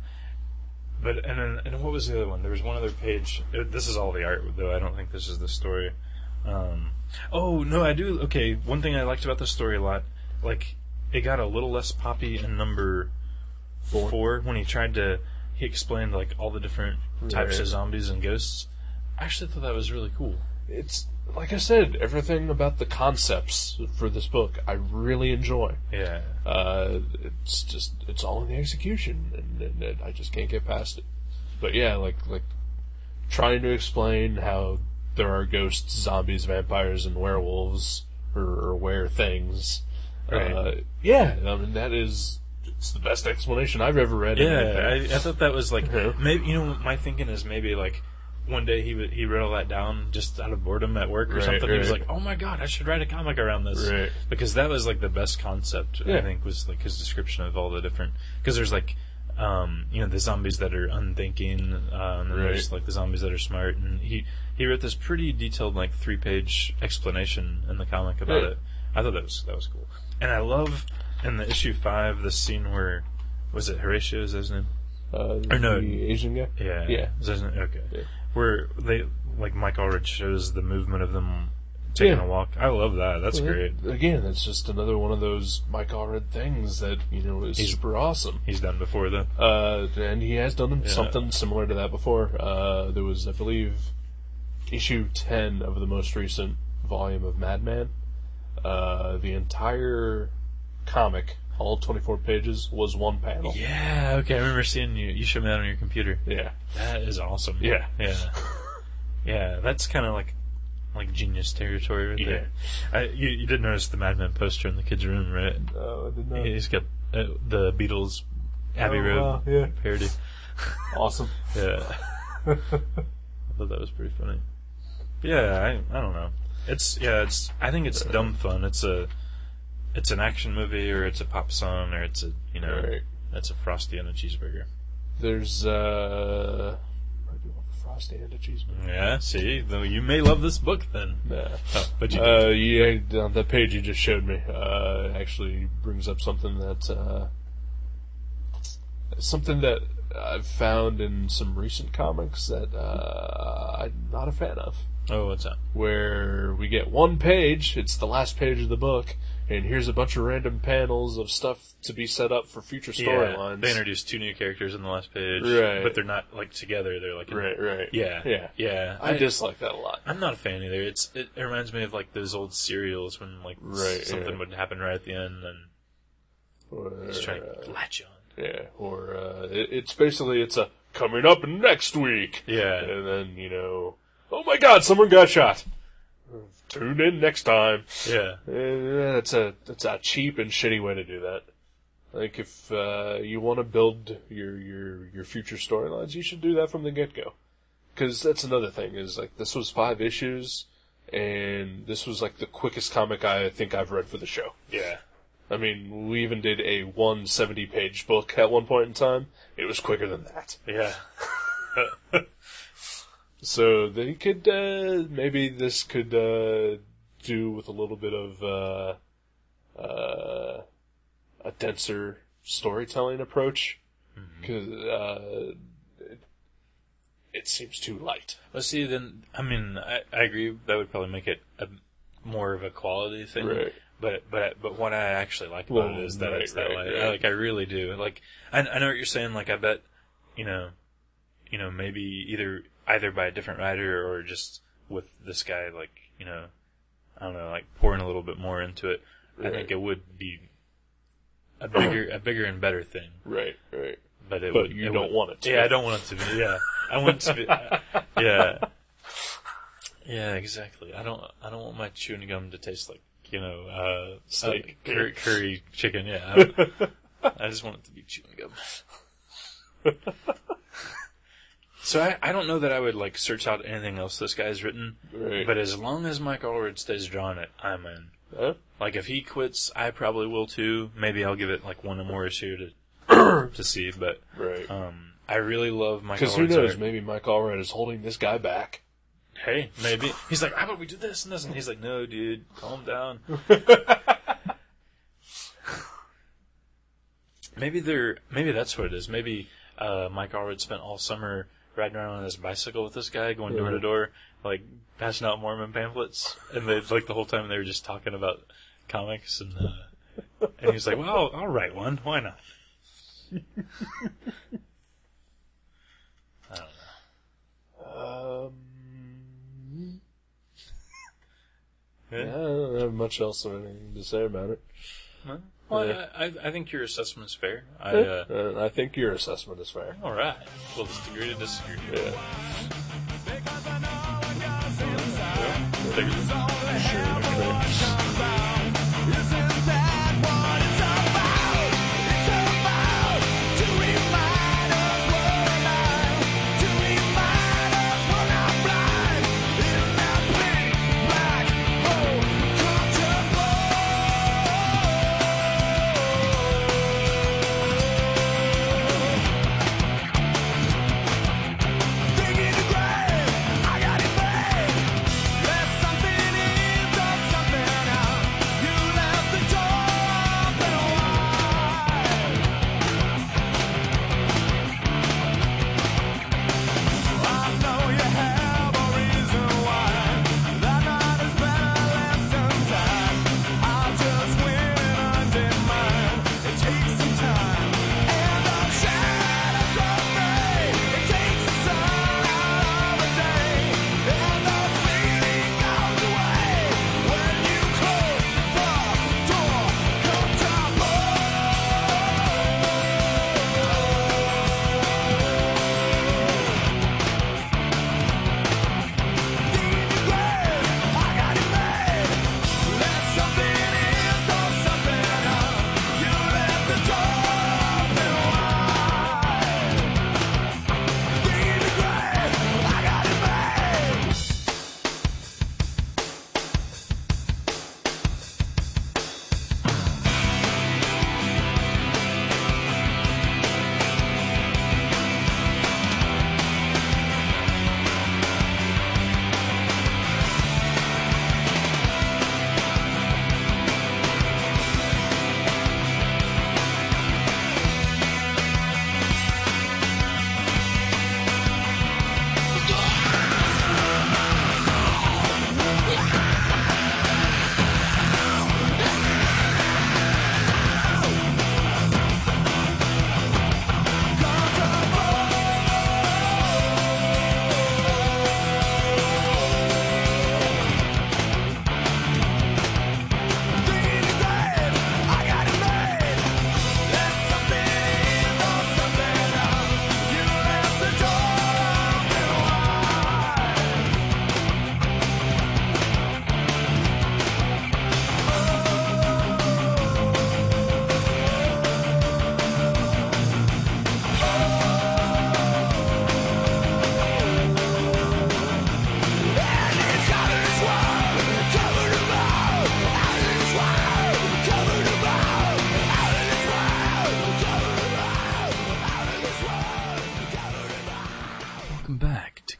C: But and then and what was the other one? There was one other page. Uh, This is all the art though. I don't think this is the story. Um, oh no, I do. Okay, one thing I liked about the story a lot, like it got a little less poppy in number four, when he tried to. He explained like all the different types
B: Right.
C: of zombies and ghosts. I actually thought that was really cool.
B: It's like I said, everything about the concepts for this book I really enjoy.
C: Yeah.
B: Uh, it's just it's all in the execution, and, and, and I just can't get past it. But yeah, like like trying to explain how there are ghosts, zombies, vampires, and werewolves or, or were things. Uh,
C: Right.
B: yeah, I mean that is it's the best explanation I've ever read. in
C: Yeah,
B: anything.
C: I, I thought that was like
B: Yeah.
C: maybe you know my thinking is maybe like one day he w- he wrote all that down just out of boredom at work or
B: Right,
C: something. He was
B: right.
C: like, "Oh my god, I should write a comic around this,"
B: Right.
C: because that was like the best concept. I
B: Yeah.
C: think was like his description of all the different because there's like. Um, you know the zombies that are unthinking, uh, and then
B: Right.
C: there's like the zombies that are smart, and he he wrote this pretty detailed like three page explanation in the comic about
B: Right.
C: it. I thought that was that was cool, and I love in the issue five the scene where was it Horatio is that his name?
B: Uh,
C: Or no.
B: the Asian guy.
C: Yeah.
B: Yeah.
C: Is that- okay.
B: Yeah.
C: Where they like Mike Ulrich shows the movement of them taking
B: Yeah.
C: a walk. I love that. That's
B: Well,
C: great.
B: that- Again, that's just another one of those Mike Allred things that you know is
C: He's-
B: super awesome.
C: He's done before though.
B: Uh, and he has done
C: Yeah.
B: something similar to that before. Uh, there was, I believe, issue ten of the most recent volume of Madman. Uh, the entire comic, all twenty-four pages, was one panel.
C: Yeah. Okay. I remember seeing you. You showed me that on your computer.
B: Yeah.
C: That is awesome.
B: Yeah.
C: Yeah. yeah. That's kind of like like genius territory right
B: Yeah.
C: there. I, you, you did notice the Madman poster in the kids' room, right?
B: Uh, I did not.
C: He's got uh, the Beatles Abbey
B: Oh,
C: Road
B: wow, yeah.
C: parody.
B: Awesome.
C: Yeah. I thought that was pretty funny. But yeah, I I don't know. It's yeah, it's I think it's dumb fun. It's a it's an action movie or it's a pop song or it's a you know
B: Right.
C: it's a frosty and a cheeseburger.
B: There's uh, I do want Frosty and a cheeseburger.
C: Yeah, see, though you may love this book then.
B: Nah.
C: Oh, but you
B: Uh, yeah, on that page you just showed me uh, actually brings up something that uh, something that I've found in some recent comics that uh, I'm not a fan of.
C: oh, what's up?
B: Where we get one page, it's the last page of the book, and here's a bunch of random panels of stuff to be set up for future storylines.
C: they introduced two new characters in the last page,
B: Right.
C: But they're not like together. They're like in-
B: right, right.
C: Yeah,
B: yeah,
C: yeah.
B: I, dislike that a lot.
C: I'm not a fan either. It's it, it reminds me of like those old serials when like s-
B: Right,
C: something
B: yeah.
C: would happen right at the end and just trying to latch on.
B: Yeah, or uh, it, it's basically it's a coming up next week.
C: Yeah.
B: and then you know, oh my God, someone got shot. Tune in next time.
C: Yeah,
B: Eh, That's a that's a cheap and shitty way to do that. Like if uh, you want to build your your your future storylines, you should do that from the get go. Because that's another thing is like this was five issues, and this was like the quickest comic I think I've read for the show.
C: yeah,
B: I mean, we even did a 170 page book at one point in time. It was quicker than that.
C: yeah.
B: So they could, uh, maybe this could, uh, do with a little bit of, uh, uh, a denser storytelling approach. Cause, uh, it, it seems too light.
C: Well, see, then I mean, I, I agree. That would probably make it a, more of a quality thing.
B: Right.
C: But but but what I actually like about
B: Well,
C: it is that
B: right,
C: it's that
B: right,
C: light.
B: right.
C: I, like I really do. Like I, I know what you're saying. Like I bet you know, you know maybe either either by a different writer or just with this guy. Like you know, I don't know. Like pouring a little bit more into it. I
B: Right.
C: think it would be a bigger a bigger and better thing.
B: Right, right.
C: But it
B: But
C: would,
B: you
C: it
B: don't
C: would-
B: want it to.
C: Yeah, I don't want it to be. Yeah, I want it to be. yeah, yeah, exactly. I don't. I don't want my chewing gum to taste like you know uh,
B: Steak.
C: uh, curry, curry chicken. Yeah, I, don't- I just want it to be chewing gum. so I, I don't know that I would like search out anything else this guy's written.
B: Right.
C: But as long as Mike Allred stays drawing it, I'm in.
B: Huh?
C: Like if he quits, I probably will too. Maybe I'll give it like one more issue to to see. But
B: Right.
C: um, I really love Mike.
B: Cause who
C: Allred's
B: knows,
C: art.
B: maybe Mike Allred is holding this guy back.
C: Hey, maybe he's like, how about we do this and this? And he's like, no, dude, calm down. maybe they're maybe that's what it is. Maybe uh, Mike Allred spent all summer riding around on his bicycle with this guy, going door to door, like passing out Mormon pamphlets, and they like the whole time they were just talking about comics and. Uh, and he's like, "Well, I'll, I'll write one. Why not?"
B: Um,
C: Yeah.
B: yeah, I don't have much else or anything to say about it.
C: Well,
B: Yeah.
C: I, I, I think your assessment's fair. I, uh,
B: Uh, I think your assessment is fair.
C: all right. Well, it's degree to disagree.
B: Yeah.
D: To remind us what I, to remind us what I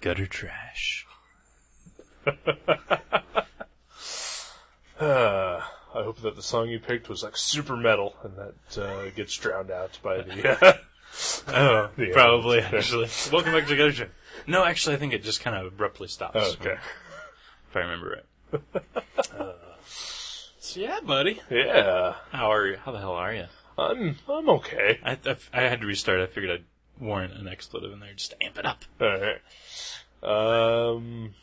C: gutter trash.
B: Uh, I hope that the song you picked was like super metal and that uh, gets drowned out by the.
C: Oh,
B: Yeah.
C: probably actually. Welcome back to Gutter Trash. No, actually, I think it just kind of abruptly stops.
B: Oh, okay.
C: if I remember right. uh, so yeah, buddy.
B: Yeah.
C: How are you? How the hell are you?
B: I'm I'm okay.
C: I, I, I had to restart. I figured I'd warrant an expletive in there just to amp it up.
B: All right. Um.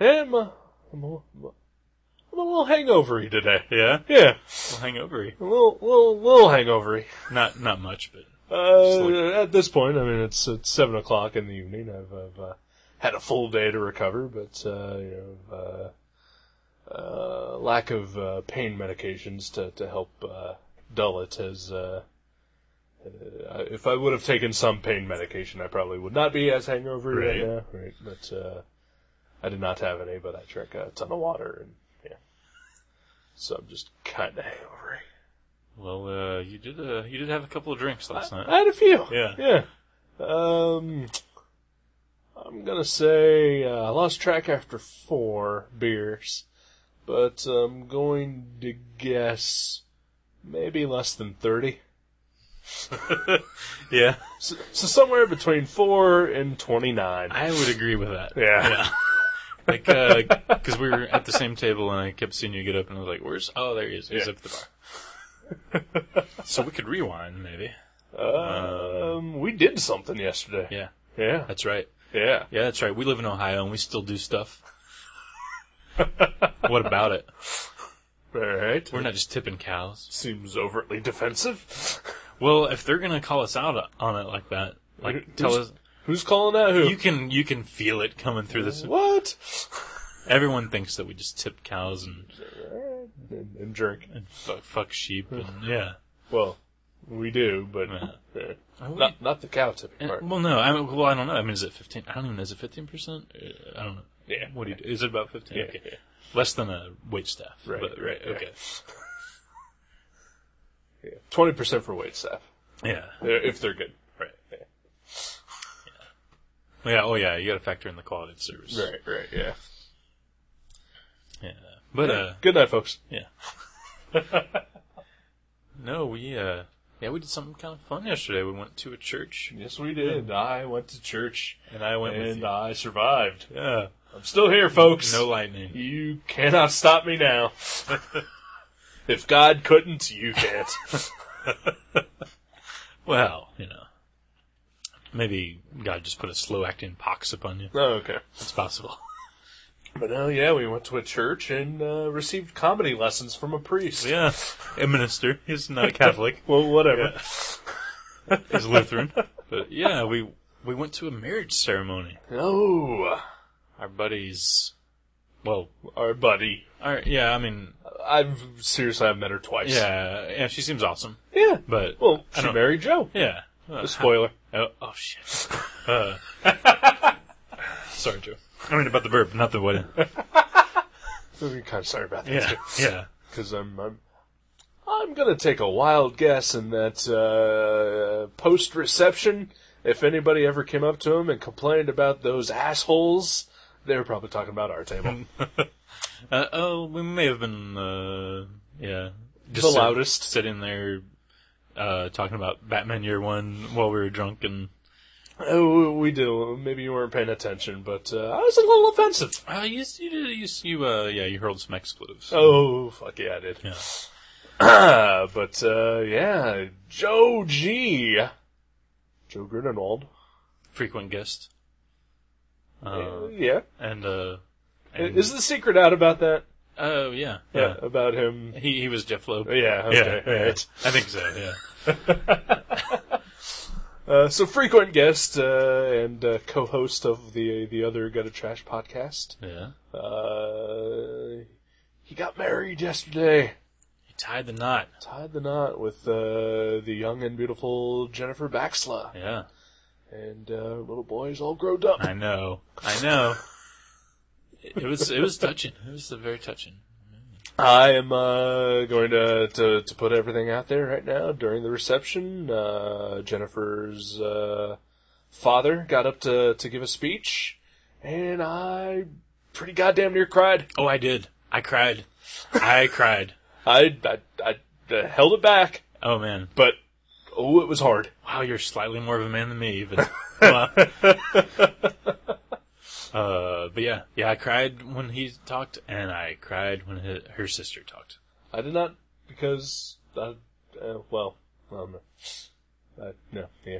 B: Yeah, I'm a, I'm a, I'm a little hangovery today.
C: Yeah,
B: Yeah,
C: well, hangover.
B: a little little little hangovery.
C: Not not much, but
B: Uh,
C: like-
B: at this point, I mean, it's it's seven o'clock in the evening. I've, I've uh, had a full day to recover, but uh, you know, uh, uh, lack of uh, pain medications to to help uh, dull it has. Uh, uh, if I would have taken some pain medication, I probably would not be as hangover right,
C: Right.
B: now. Right, but uh, I did not have any, but I drank a ton of water, and yeah, so I'm just kind of hangovery.
C: well, uh, you did uh, you did have a couple of drinks last night.
B: I had a few.
C: Yeah.
B: Yeah. Um, I'm gonna say uh, I lost track after four beers, but I'm going to guess maybe less than thirty.
C: yeah,
B: So, so somewhere between four and twenty-nine.
C: I would agree with that.
B: yeah.
C: like because we were at the same table and I kept seeing you get up and I was like, "Where's? Oh, there he is. He's
B: Yeah.
C: up at the bar." so we could rewind, maybe.
B: Um, we did something yesterday.
C: Yeah,
B: Yeah.
C: that's right.
B: Yeah.
C: Yeah, that's right. We live in Ohio and we still do stuff. what about it?
B: All right.
C: We're not just tipping cows.
B: Seems overtly defensive.
C: Well, if they're gonna call us out on it like that, like tell us,
B: Who's calling out who?
C: you can you can feel it coming through this.
B: what?
C: Everyone thinks that we just tip cows and,
B: And, and drink.
C: and fuck, fuck sheep and yeah.
B: Well, we do, but
C: Yeah.
B: Yeah.
C: Are we-
B: not not the cow tipping
C: And-
B: part.
C: Well, no, I mean, well, I don't know. I mean, is it fifteen? I don't even. know. Is it fifteen percent? Uh, I don't know.
B: Yeah.
C: What do you? Do? Is it about fifteen?
B: Yeah,
C: okay.
B: yeah.
C: Less than a wait staff.
B: Right,
C: But,
B: right,
C: right.
B: yeah.
C: Okay.
B: Twenty percent for wait staff uh,
C: Yeah.
B: if they're good.
C: Right. Yeah. Yeah, Oh yeah. You got to factor in the quality of service.
B: right, yeah.
C: Yeah. But uh.
B: good night, folks.
C: Yeah. no, we uh. Yeah, we did something kind of fun yesterday. We went to a church,
B: Yes, we did. I went to church
C: and I went with
B: and
C: you.
B: I survived.
C: yeah.
B: I'm still here, folks.
C: No lightning.
B: you cannot stop me now. if God couldn't, you can't.
C: Well, you know. Maybe God just put a slow acting pox upon you.
B: oh, okay.
C: It's possible.
B: But no, yeah, we went to a church and uh, received comedy lessons from a priest.
C: Yeah, a minister. He's not a Catholic.
B: Well, whatever.
C: He's Lutheran. But yeah, we we went to a marriage ceremony.
B: No,
C: Our buddies. Well,
B: our buddy.
C: our, yeah. I mean,
B: I've seriously, I've met her twice.
C: yeah, yeah. She seems awesome,
B: yeah.
C: but
B: Well,
C: I
B: she
C: don't-
B: married Joe.
C: yeah. Uh,
B: Spoiler.
C: oh, oh shit. Uh, sorry, Joe. I mean about the burp, not the wedding.
B: I'm kind of sorry about that.
C: Yeah, yeah.
B: because I'm, I'm I'm gonna take a wild guess in that uh, post reception, if anybody ever came up to him and complained about those assholes, they were probably talking about our
C: Mm,
B: table,
C: Uh, oh, we may have been, uh, yeah,
B: The
C: sit-
B: loudest.
C: sitting there, uh, talking about Batman Year One while we were drunk and.
B: oh, we do. Maybe you weren't paying attention, but uh, I was a little offensive.
C: Uh, you you did you you uh yeah you hurled some expletives.
B: Oh, fuck yeah, I did.
C: Yeah.
B: but uh, yeah, Joe G. Joe Grindenwald.
C: frequent guest. Uh,
B: yeah.
C: and uh, and,
B: Is the secret out about that?
C: oh yeah, yeah
B: About him
C: he he was Jeff Loeb.
B: Yeah, okay.
C: yeah,
B: Right.
C: I think so. Yeah,
B: Uh, so frequent guest uh, and uh, co-host of the the other Gutter Trash podcast.
C: yeah.
B: Uh, he got married yesterday.
C: He tied the knot.
B: Tied the knot with uh, the young and beautiful Jennifer Baxla,
C: Yeah,
B: and uh, little boy's all grown up.
C: I know, I know. it, it was it was touching. It was very touching.
B: I am uh, going to, to to put everything out there right now during the reception. Uh, Jennifer's uh, father got up to to give a speech, and I pretty goddamn near cried.
C: Oh, I did. I cried. I cried.
B: I I, I uh, held it back,
C: Oh man.
B: but oh, it was hard.
C: Wow, you're slightly more of a man than me, even. Wow. uh, but yeah, yeah, I cried when he talked, and I cried when he, her sister talked.
B: I did not because I, uh, well, um, I, no, yeah.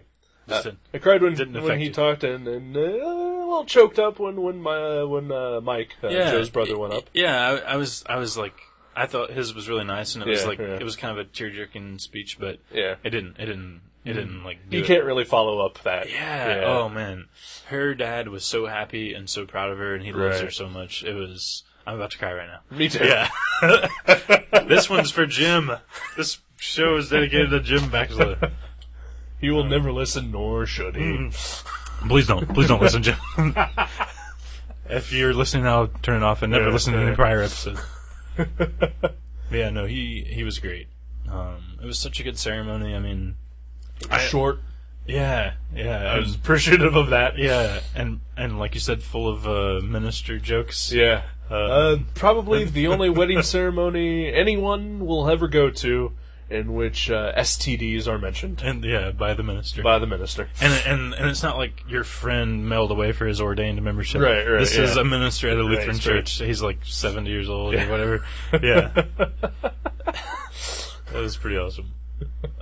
C: Just
B: Uh,
C: didn't-
B: I cried when
C: didn't
B: when
C: affect
B: he
C: you.
B: talked and and uh, a little choked up when when my uh, when uh, Mike uh, Joe's brother went up.
C: Yeah, I, I was, I was like, I thought his was really nice, and it was
B: Yeah,
C: like,
B: yeah.
C: it was kind of a tear-jerking speech, but
B: Yeah. Mm.
C: it didn't, it didn't, it didn't like. Do
B: You
C: it.
B: can't really follow up that.
C: Yeah. Oh man, her dad was so happy and so proud of her, and he loves
B: Right.
C: her so much. It was. I'm about to cry right now.
B: me too.
C: Yeah. this one's for Jim. This show is dedicated to Jim Baxler.
B: He will never listen, nor should he.
C: Please don't. Please don't listen, Jim. if you're listening, I'll turn it off and never
B: Yeah,
C: listen to
B: yeah.
C: any prior episode. But yeah, no, he he was great. Um, it was such a good ceremony. I mean, I-
B: Short.
C: yeah, yeah,
B: I was appreciative of that.
C: yeah, and and like you said, full of uh, minister jokes.
B: Yeah.
C: Uh,
B: Uh, probably the only wedding ceremony anyone will ever go to in which uh, STDs are mentioned
C: and yeah, by the minister.
B: by the minister.
C: and and and it's not like your friend mailed away for his ordained membership.
B: Right, right,
C: This is
B: yeah.
C: a minister at a Lutheran
B: it's true.
C: church. He's like seventy years old or whatever. Yeah, that was pretty awesome.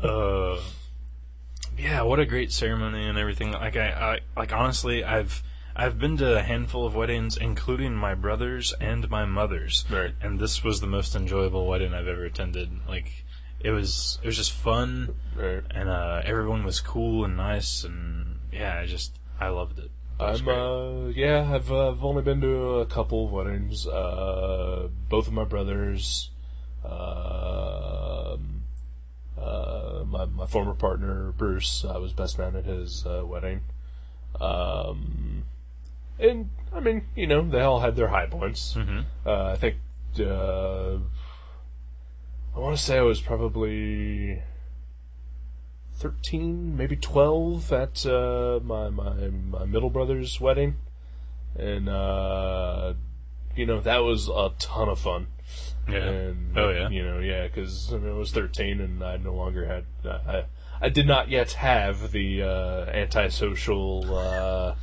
C: Uh, yeah, what a great ceremony and everything. Like I, I like honestly, I've. I've been to a handful of weddings, including my brother's and my mother's,
B: Right.
C: and this was the most enjoyable wedding I've ever attended. Like, it was it was just fun
B: Right.
C: and uh, everyone was cool and nice, and yeah, I just I loved it. It was
B: I'm
C: great.
B: uh yeah, I've uh, I've only been to a couple of weddings. Uh, both of my brothers, um, uh, my my former partner Bruce, I was best man at his uh, wedding. Um, and I mean, you know, they all had their high points. Uh, I think uh, I want to say I was probably 13, maybe 12 at uh, my, my my middle brother's wedding. And uh you know, that was a ton of fun.
C: yeah.
B: And
C: oh yeah.
B: you know, yeah, cuz I mean, I was 13 and I no longer had I I did not yet have the uh antisocial uh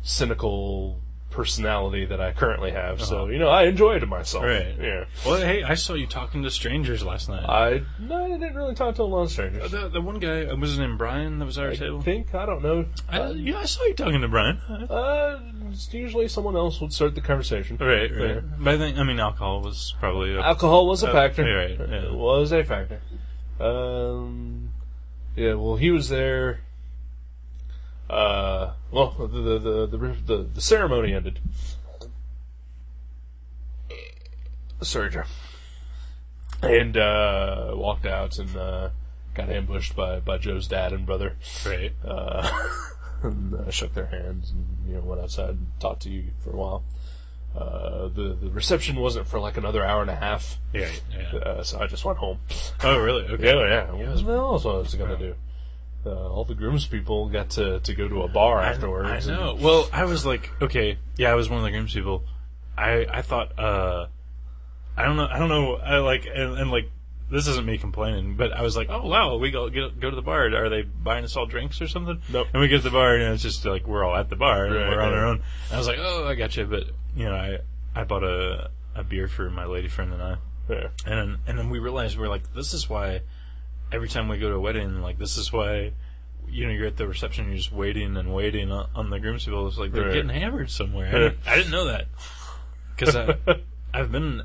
B: cynical personality that I currently have. So, you know, I enjoyed myself.
C: Uh-huh. Right.
B: Yeah.
C: Well, hey, I saw you talking to strangers last night.
B: I no, I didn't really talk to a lot of strangers.
C: the, the one guy uh, was his name Brian that was at our
B: I
C: table.
B: think I don't know.
C: I, yeah, I saw you talking to Brian. Uh,
B: Uh, it's usually someone else would start the conversation.
C: right, right.
B: Yeah.
C: But I think I mean alcohol was probably. A,
B: Alcohol was a
C: Uh,
B: factor.
C: you're right, yeah.
B: It was a factor. Um, yeah. Well, he was there. Uh, well, the the the the, the, the ceremony ended. Sorry, Jeff. And uh, walked out and uh, got ambushed by by Joe's dad and brother.
C: right.
B: and uh, shook their hands and you know went outside and talked to you for a while. Uh, the the reception wasn't for like another hour and a half,
C: yeah. Yeah.
B: uh, so I just went home.
C: Oh really? Okay.
B: Yeah, yeah. What else was I gonna do? Uh, all the groomspeople got to, to go to a bar afterwards.
C: I
B: and-
C: know. Well, I was like, okay, yeah, I was one of the groom's people. I I thought, uh, I don't know, I don't know, I like, and, and like, this isn't me complaining, but I was like, oh wow, we go get, go to the bar. Are they buying us all drinks or something?
B: Nope.
C: And we get to the bar, and it's just like we're all at the bar, and
B: Right,
C: we're on
B: yeah.
C: our own. And I was like, oh, I got you, but you know, I I bought a a beer for my lady friend and I.
B: Yeah.
C: And then, and then we realized we are like, this is why every time we go to a wedding, like this is why you know you're at the reception, you're just waiting and waiting on, on the groomspeople. It's like they're
B: Right.
C: getting hammered somewhere. I, didn't, I didn't know that because I've been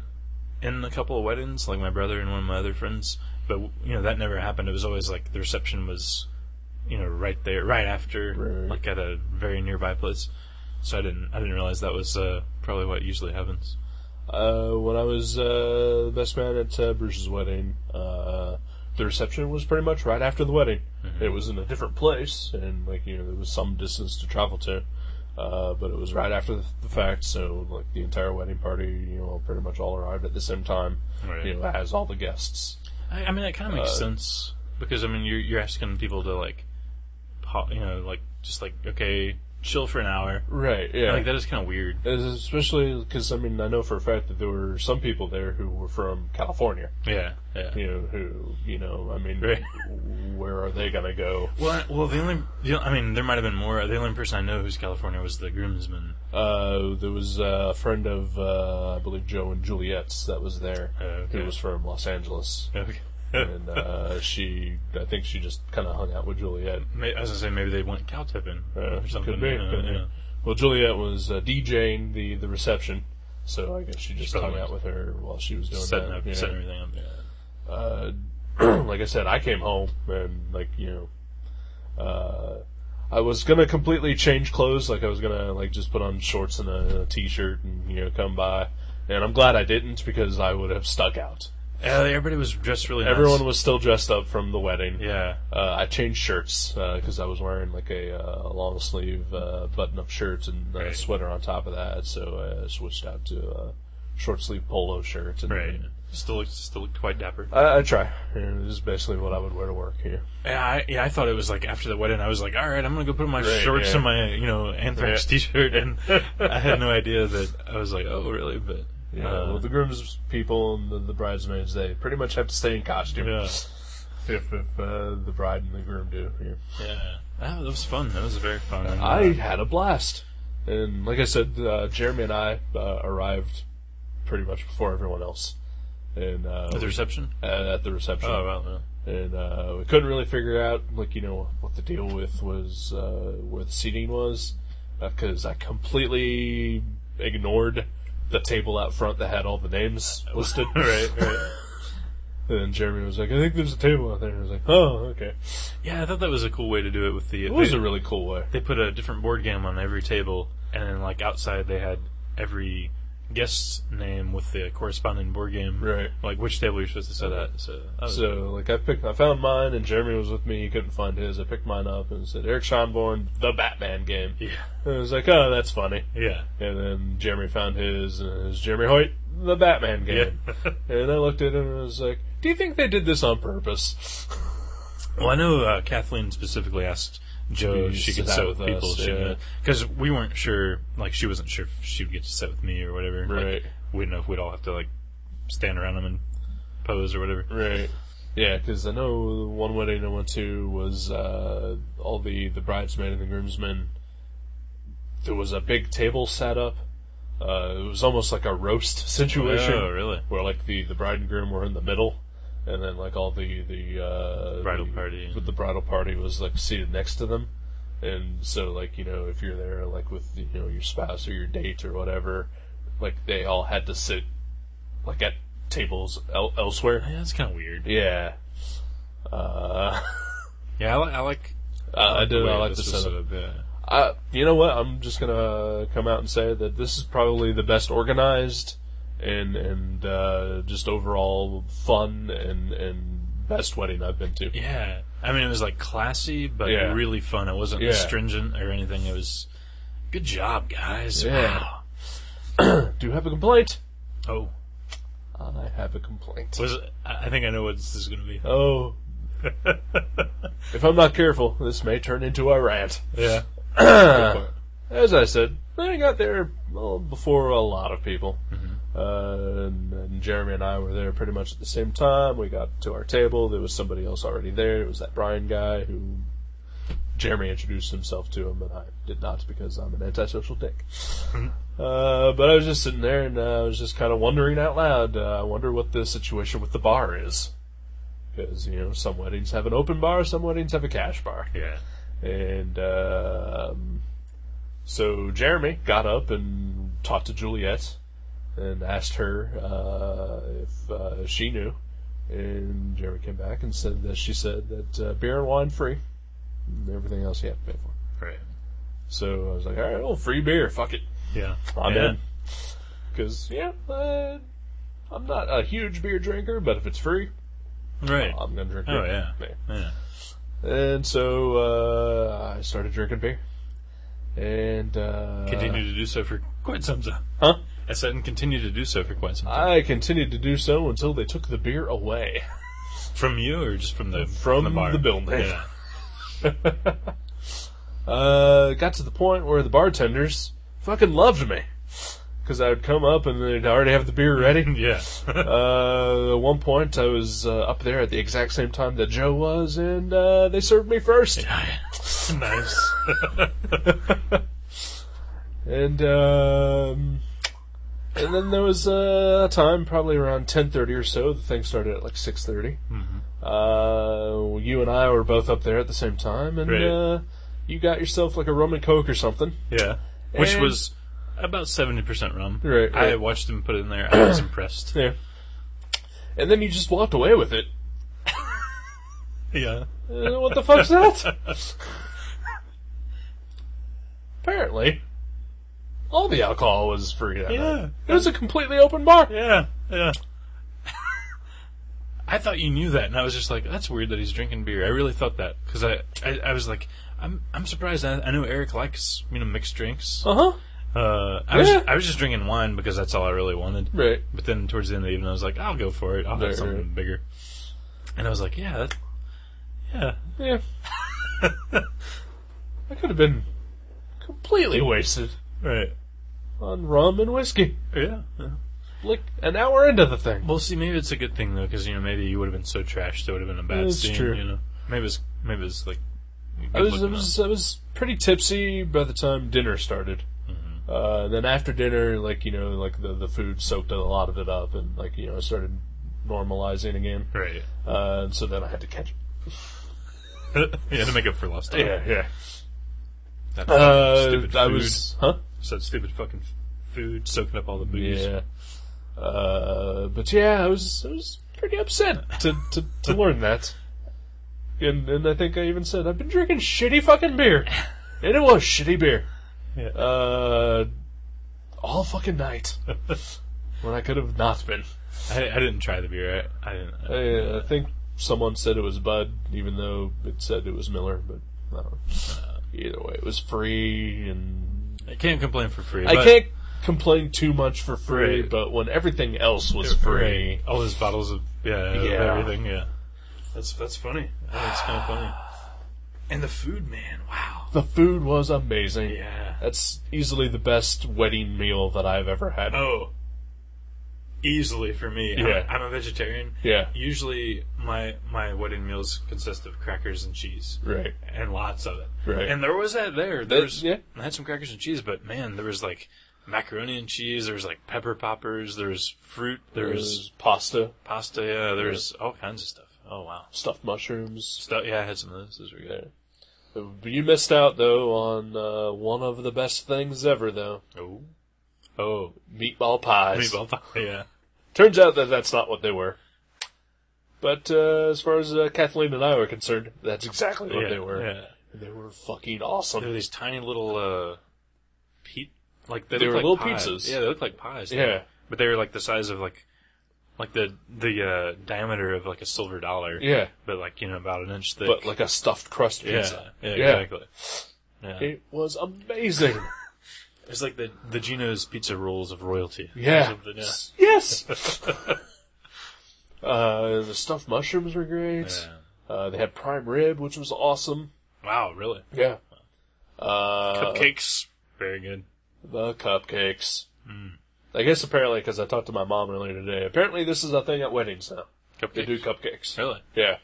C: in a couple of weddings, like my brother and one of my other friends, but you know that never happened. It was always like the reception was you know right there, right after,
B: Right.
C: like at a very nearby place. So I didn't I didn't realize that was uh, probably what usually happens.
B: Uh, when I was uh, best man at uh, Bruce's wedding, uh, the reception was pretty much right after the wedding.
C: Mm-hmm.
B: It was in a different place, and like you know, there was some distance to travel to, uh, but it was right after the, the fact. So like the entire wedding party, you know, pretty much all arrived at the same time.
C: Right.
B: You know, as all the guests.
C: I, I mean, that kind of makes
B: Uh,
C: sense because I mean, you're you're asking people to like, po- you know, like just like okay, chill for an hour.
B: Right. Yeah.
C: Like that is kind of weird.
B: Especially because I mean I know for a fact that there were some people there who were from California.
C: Yeah, yeah.
B: You know who you know I mean
C: Right.
B: where are they gonna go?
C: Well, I- well, the only, the, I mean, there might have been more. The only person I know who's California was the groomsman.
B: Uh, there was a friend of uh, I believe Joe and Juliet's that was there
C: Oh, okay.
B: who was from Los Angeles.
C: Okay.
B: and uh, she, I think she just kind of hung out with Juliet.
C: May- I was gonna say maybe they went cow tipping
B: Uh,
C: or something.
B: Could be.
C: yeah,
B: could be.
C: yeah.
B: Well, Juliet was uh, DJing the, the reception, so I guess she just
C: Probably
B: hung out
C: was.
B: with her while she was doing
C: Setting
B: that.
C: up,
B: yeah.
C: setting everything up.
B: uh, like I said, I came home and like you know, uh, I was gonna completely change clothes. Like I was gonna like just put on shorts and a, a t-shirt and you know come by. And I'm glad I didn't because I would have stuck out.
C: Yeah, everybody was dressed really.
B: Everyone was still dressed up from the wedding.
C: Yeah.
B: Uh, I changed shirts because I was wearing like a, uh, long sleeve uh, button up shirt and uh,
C: Right.
B: sweater on top of that, so uh, I switched out to a short sleeve polo shirt. And,
C: Right. Still, looked, still looked quite dapper.
B: I, I try. You know, this is basically what I would wear to work here.
C: Yeah, I, yeah, I thought it was like after the wedding. I was like, all right, I'm gonna go put on my
B: Right,
C: shorts
B: yeah.
C: and my you know anthrax
B: Yeah.
C: T-shirt, and I had no idea that I was like, oh really? But
B: Yeah,
C: uh,
B: well, the groom's people and the, the bridesmaids, they pretty much have to stay in costume.
C: yeah,
B: If, if uh, the bride and the groom do. Yeah.
C: yeah. Ah, that was fun. That was very fun. And,
B: I
C: uh,
B: had a blast. Um, And like I said, uh, Jeremy and I uh, arrived pretty much before everyone else. And uh,
C: at the reception.
B: uh, at the reception.
C: Oh wow. yeah.
B: And uh, we couldn't really figure out, like, you know, what the deal with was, uh, where the seating was. Because I completely ignored the table out front that had all the names listed.
C: right, right.
B: And then Jeremy was like, I think there's a table out there. And I was like, oh, okay.
C: Yeah, I thought that was a cool way to do it with the.
B: It was a really cool way.
C: they put a different board game on every table, and then like outside they had every guest's name with the corresponding board game.
B: Right.
C: Like which table you're supposed to sit at. So, that was-
B: So, like, I picked, I found mine, and Jeremy was with me. He couldn't find his. I picked mine up and it said, Eric Schonborn, the Batman game.
C: yeah,
B: And I was like, oh, that's funny.
C: yeah,
B: And then Jeremy found his, and it was Jeremy Hoyt, the Batman game.
C: yeah.
B: And I looked at him and I was like, do you think they did this on purpose?
C: well, I know uh, Kathleen specifically asked Joe if
B: You
C: she could
B: sit
C: sit
B: out
C: with
B: with
C: people
B: us, yeah.
C: because we weren't sure. Like she wasn't sure if she would get to sit with me or whatever. Like,
B: Right.
C: we didn't know if we'd all have to like stand around them and pose or whatever.
B: Right. Yeah, because I know the one wedding I went to was uh, all the the bridesmaid and the groomsmen. There was a big table set up. Uh, it was almost like a roast situation
C: Oh, really?
B: where like the the bride and groom were in the middle, and then like all the the uh,
C: Bridal
B: the-
C: party.
B: with the bridal party was like seated next to them. And so, like you know, if you're there, like with you know your spouse or your date or whatever, like they all had to sit, like at tables el- elsewhere.
C: Yeah, that's kind of weird.
B: Yeah. Uh,
C: Yeah, I, li- I like.
B: I
C: the
B: did.
C: way
B: I like the
C: this was
B: setup.
C: set up, yeah.
B: Uh, you know what? I'm just gonna come out and say that this is probably the best organized and and uh, just overall fun and and best wedding I've been to.
C: Yeah, I mean it was like classy, but
B: Yeah.
C: really fun. It wasn't
B: Yeah.
C: stringent or anything. It was good job, guys.
B: Yeah.
C: Wow.
B: Do you have a complaint?
C: Oh,
B: I have a complaint.
C: was I I think I know what this is going to be.
B: Oh. if I'm not careful, this may turn into a rant.
C: Yeah.
B: As I said, I got there well, before a lot of people. Uh, and, and Jeremy and I were there pretty much at the same time. We got to our table. There was somebody else already there. It was that Brian guy who Jeremy introduced himself to him, and I did not because I'm an antisocial dick. uh, but I was just sitting there and uh, I was just kind of wondering out loud. Uh, I wonder what the situation with the bar is. Because, you know, some weddings have an open bar, some weddings have a cash bar.
C: Yeah.
B: And um, so Jeremy got up and talked to Juliet and asked her uh, if uh, she knew. And Jeremy came back and said that she said that uh, beer and wine free, and everything else you have to pay for.
C: Right.
B: So I was like, all right, well, free beer, fuck it,
C: Yeah.
B: I'm
C: yeah.
B: in. Because yeah, uh, I'm not a huge beer drinker, but if it's free,
C: Right.
B: I'm gonna drink.
C: Oh
B: it.
C: yeah. Yeah.
B: And so uh, I started drinking beer. And uh,
C: Continue to do so for quite some time.
B: huh?
C: I said, and continue to do so for quite some time.
B: I continued to do so until they took the beer away.
C: from you or just from the
B: From
C: the, bar?
B: the building.
C: Yeah.
B: uh, got to the point where the bartenders fucking loved me. Because I would come up and they'd already have the beer ready.
C: Yeah.
B: Uh, at one point, I was uh, up there at the exact same time that Joe was, and uh, they served me first.
C: nice.
B: And um, and then there was uh, a time, probably around ten thirty or so. The thing started at like six
C: Mm-hmm.
B: Uh, you and I were both up there at the same time, and
C: Right.
B: uh, you got yourself like a rum and coke or something.
C: Yeah. Which
B: And-
C: was about 70% rum.
B: Right,
C: I
B: right.
C: watched him put it in there. I was impressed.
B: Yeah. And then you just walked away with it.
C: Yeah.
B: Uh, what the fuck's that? Apparently, all the alcohol was free. That night.
C: Yeah.
B: It was a completely open bar.
C: Yeah. Yeah. I thought you knew that, and I was just like, "That's weird that he's drinking beer." I really thought that because I, I, I was like, "I'm, I'm surprised." I, I know Eric likes you know mixed drinks.
B: Uh huh.
C: Uh, I was,
B: Yeah.
C: I was just drinking wine because that's all I really wanted.
B: Right.
C: But then towards the end of the evening, I was like, "I'll go for it. I'll have
B: Right,
C: something
B: right.
C: bigger." And I was like, "Yeah, that's, yeah,
B: Yeah. I could have been completely wasted
C: right,
B: on rum and whiskey.
C: yeah." yeah.
B: Like an hour into the thing.
C: Well, see, maybe it's a good thing though, because you know maybe you would have been so trashed it would have been a bad
B: That's
C: scene.
B: true.
C: You know, maybe it's maybe it's like.
B: I was, I was, I was pretty tipsy by the time dinner started. Uh, then after dinner, like, you know, like the, the food soaked a lot of it up and like, you know, I started normalizing again.
C: right.
B: Uh, and so then I had to catch
C: yeah, to make up for lost time.
B: Yeah, yeah.
C: That
B: Uh,
C: stupid
B: I
C: food.
B: was, huh?
C: It's that stupid fucking f- food soaking up all the booze.
B: Yeah. Uh, but yeah, I was I was pretty upset to to, to learn that. And and I think I even said I've been drinking shitty fucking beer, and it was shitty beer.
C: Yeah.
B: Uh, all fucking night when I could have not been.
C: I, I didn't try the beer. I, I didn't. I,
B: I, I think someone said it was Bud, even though it said it was Miller. But I don't know.
C: Uh.
B: either way, it was free, and
C: I can't complain for free.
B: I
C: but-
B: can't complain too much for free.
C: Right.
B: But when everything else was free.
C: Right. All those bottles of yeah, of
B: Yeah.
C: everything. Yeah. That's that's funny. That's kind of funny. And the food, man. Wow.
B: The food was amazing.
C: Yeah.
B: That's easily the best wedding meal that I've ever had.
C: Oh, easily for me.
B: Yeah.
C: I'm, I'm a vegetarian.
B: Yeah.
C: Usually, my my wedding meals consist of crackers and cheese,
B: Right.
C: and lots of it.
B: Right.
C: And there was that there.
B: That-
C: There was
B: yeah.
C: I had some crackers and cheese, but man, there was like macaroni and cheese. There was like pepper poppers. There was fruit. There was
B: There's pasta,
C: pasta. Yeah. There was all kinds of stuff. Oh wow.
B: stuffed mushrooms.
C: Stuff. Yeah, I had some of those. Those were
B: Yeah.
C: good.
B: You missed out though on uh, one of the best things ever though:
C: Oh. Oh.
B: meatball pies.
C: Meatball pie. Yeah.
B: Turns out that that's not what they were. But uh, as far as uh, Kathleen and I were concerned, that's exactly what
C: yeah.
B: they were.
C: Yeah.
B: And they were fucking
C: They're
B: awesome.
C: these tiny little uh, pe- like they,
B: They
C: look
B: were
C: like
B: little
C: pies.
B: pizzas.
C: Yeah, they look like pies.
B: Yeah.
C: but they were like the size of like like the the uh, diameter of like a silver dollar.
B: Yeah.
C: but like you know about an inch thick.
B: But like a stuffed crust
C: yeah,
B: pizza.
C: yeah, exactly. Yeah.
B: It was amazing.
C: It's like the the Gino's pizza rolls of royalty.
B: Yeah.
C: Something, yeah.
B: Yes. uh, the stuffed mushrooms were great.
C: Yeah.
B: Uh, they had prime rib, which was awesome.
C: Wow, really?
B: Yeah. Uh,
C: Cupcakes, very good.
B: the cupcakes. I guess apparently, because I talked to my mom earlier today, apparently this is a thing at weddings now.
C: Cupcakes,
B: They do cupcakes.
C: really?
B: Yeah.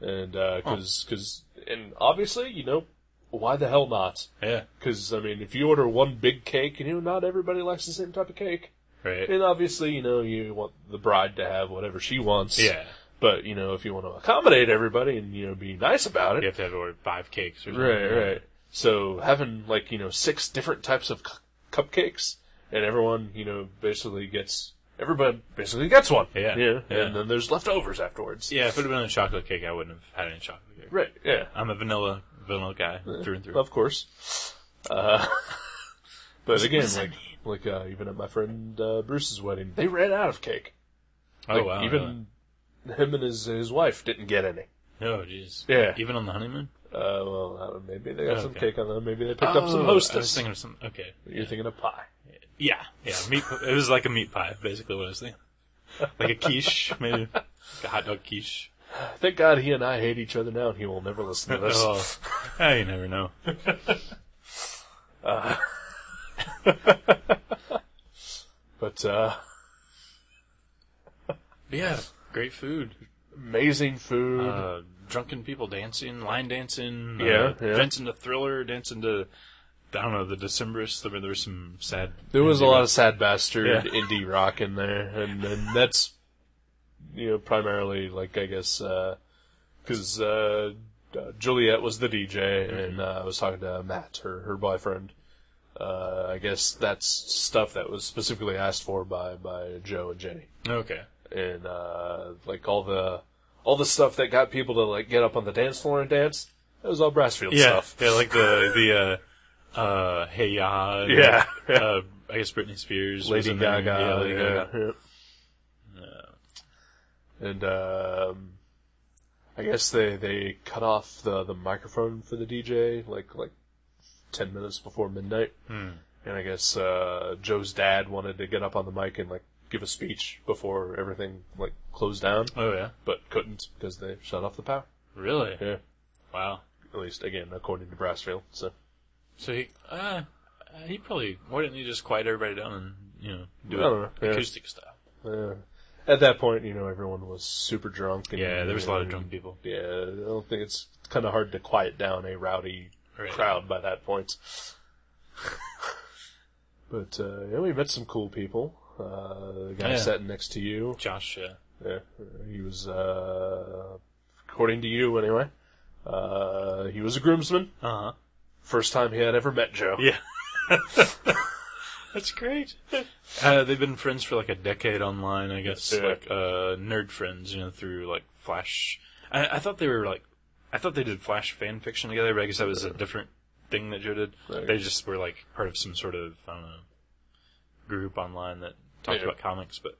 B: And, uh, cause, cause, and obviously, you know, why the hell not?
C: Yeah,
B: Cause, I mean, if you order one big cake, you know, not everybody likes the same type of cake.
C: right.
B: And obviously, you know, you want the bride to have whatever she wants.
C: yeah,
B: But you know, if you want to accommodate everybody and you know be nice about it,
C: you have to have ordered five cakes or something.
B: right, right. So having like you know six different types of cu- cupcakes, and everyone you know basically gets everybody basically gets one.
C: Yeah,
B: yeah.
C: yeah.
B: And then there's leftovers afterwards.
C: Yeah, if it had been a chocolate cake, I wouldn't have had any chocolate cake.
B: Right. Yeah.
C: I'm a vanilla vanilla guy through and through.
B: Of course. Uh, but again, like like uh, even at my friend uh, Bruce's wedding, they ran out of cake.
C: Oh
B: Like,
C: wow!
B: Even him and his his wife didn't get any.
C: really? oh jeez.
B: Yeah.
C: Even on the honeymoon.
B: Uh, well, I don't know, maybe they got some
C: Okay.
B: cake on them. Maybe they picked up
C: Oh,
B: some
C: I was
B: hostess.
C: thinking of some. Okay.
B: You're thinking of pie.
C: Yeah. Yeah. Meat. it was like a meat pie, basically. What I was thinking. Like a quiche, maybe. Like a hot dog quiche.
B: Thank God he and I hate each other now, and he will never listen to this.
C: Oh. Ah, you never know.
B: But uh,
C: yeah, great food.
B: amazing food.
C: Uh, drunken people dancing, line dancing.
B: Yeah,
C: uh,
B: yeah.
C: Dancing to Thriller, dancing to, I don't know, the Decemberists. I mean, there was some sad.
B: there was a lot of sad bastard
C: Yeah.
B: indie rock in there, and, and that's you know primarily like I guess because uh, uh, Juliet was the
C: Mm-hmm.
B: DJ, and uh, I was talking to Matt, her her boyfriend. Uh, I guess that's stuff that was specifically asked for by by Joe and Jenny.
C: Okay.
B: and uh, like all the all the stuff that got people to like get up on the dance floor and dance. That was all Brassfield
C: Yeah.
B: stuff.
C: Yeah, like the, the, uh, uh, Hey Ya. and,
B: Yeah.
C: Uh, I guess Britney Spears. was
B: Lady
C: in there.
B: Gaga,
C: Yeah, Lady Gaga.
B: yeah, yeah. and um, I guess they they cut off the the microphone for the DJ like like ten minutes before midnight.
C: Hmm.
B: And I guess uh, Joe's dad wanted to get up on the mic and like give a speech before everything like closed down,
C: Oh, yeah.
B: but couldn't because they shut off the power.
C: Really?
B: Yeah,
C: Wow.
B: at least again according to Brassfield. So.
C: So he, uh, he probably, why didn't he just quiet everybody down and, you know, do
B: I don't know,
C: it
B: yeah.
C: acoustic style?
B: Uh, at that point, you know, everyone was super drunk. And,
C: Yeah, there was a lot of drunk people.
B: Yeah, I don't think it's kind of hard to quiet down a rowdy
C: Right.
B: crowd by that point. but uh, yeah, we met some cool people. Uh, the guy
C: Yeah.
B: sat next to you.
C: Josh, uh, yeah.
B: Yeah, he was, uh, according to you anyway, uh, he was a groomsman.
C: Uh huh.
B: First time he had ever met Joe.
C: Yeah. That's great. Uh, they've been friends for like a decade online, I guess.
B: Yeah.
C: Like uh, nerd friends, you know, through like Flash. I, I thought they were like, I thought they did Flash fan fiction together, but I guess that was a different thing that Joe did.
B: Right.
C: They just were like part of some sort of I don't know group online that talked
B: Yeah.
C: about comics. But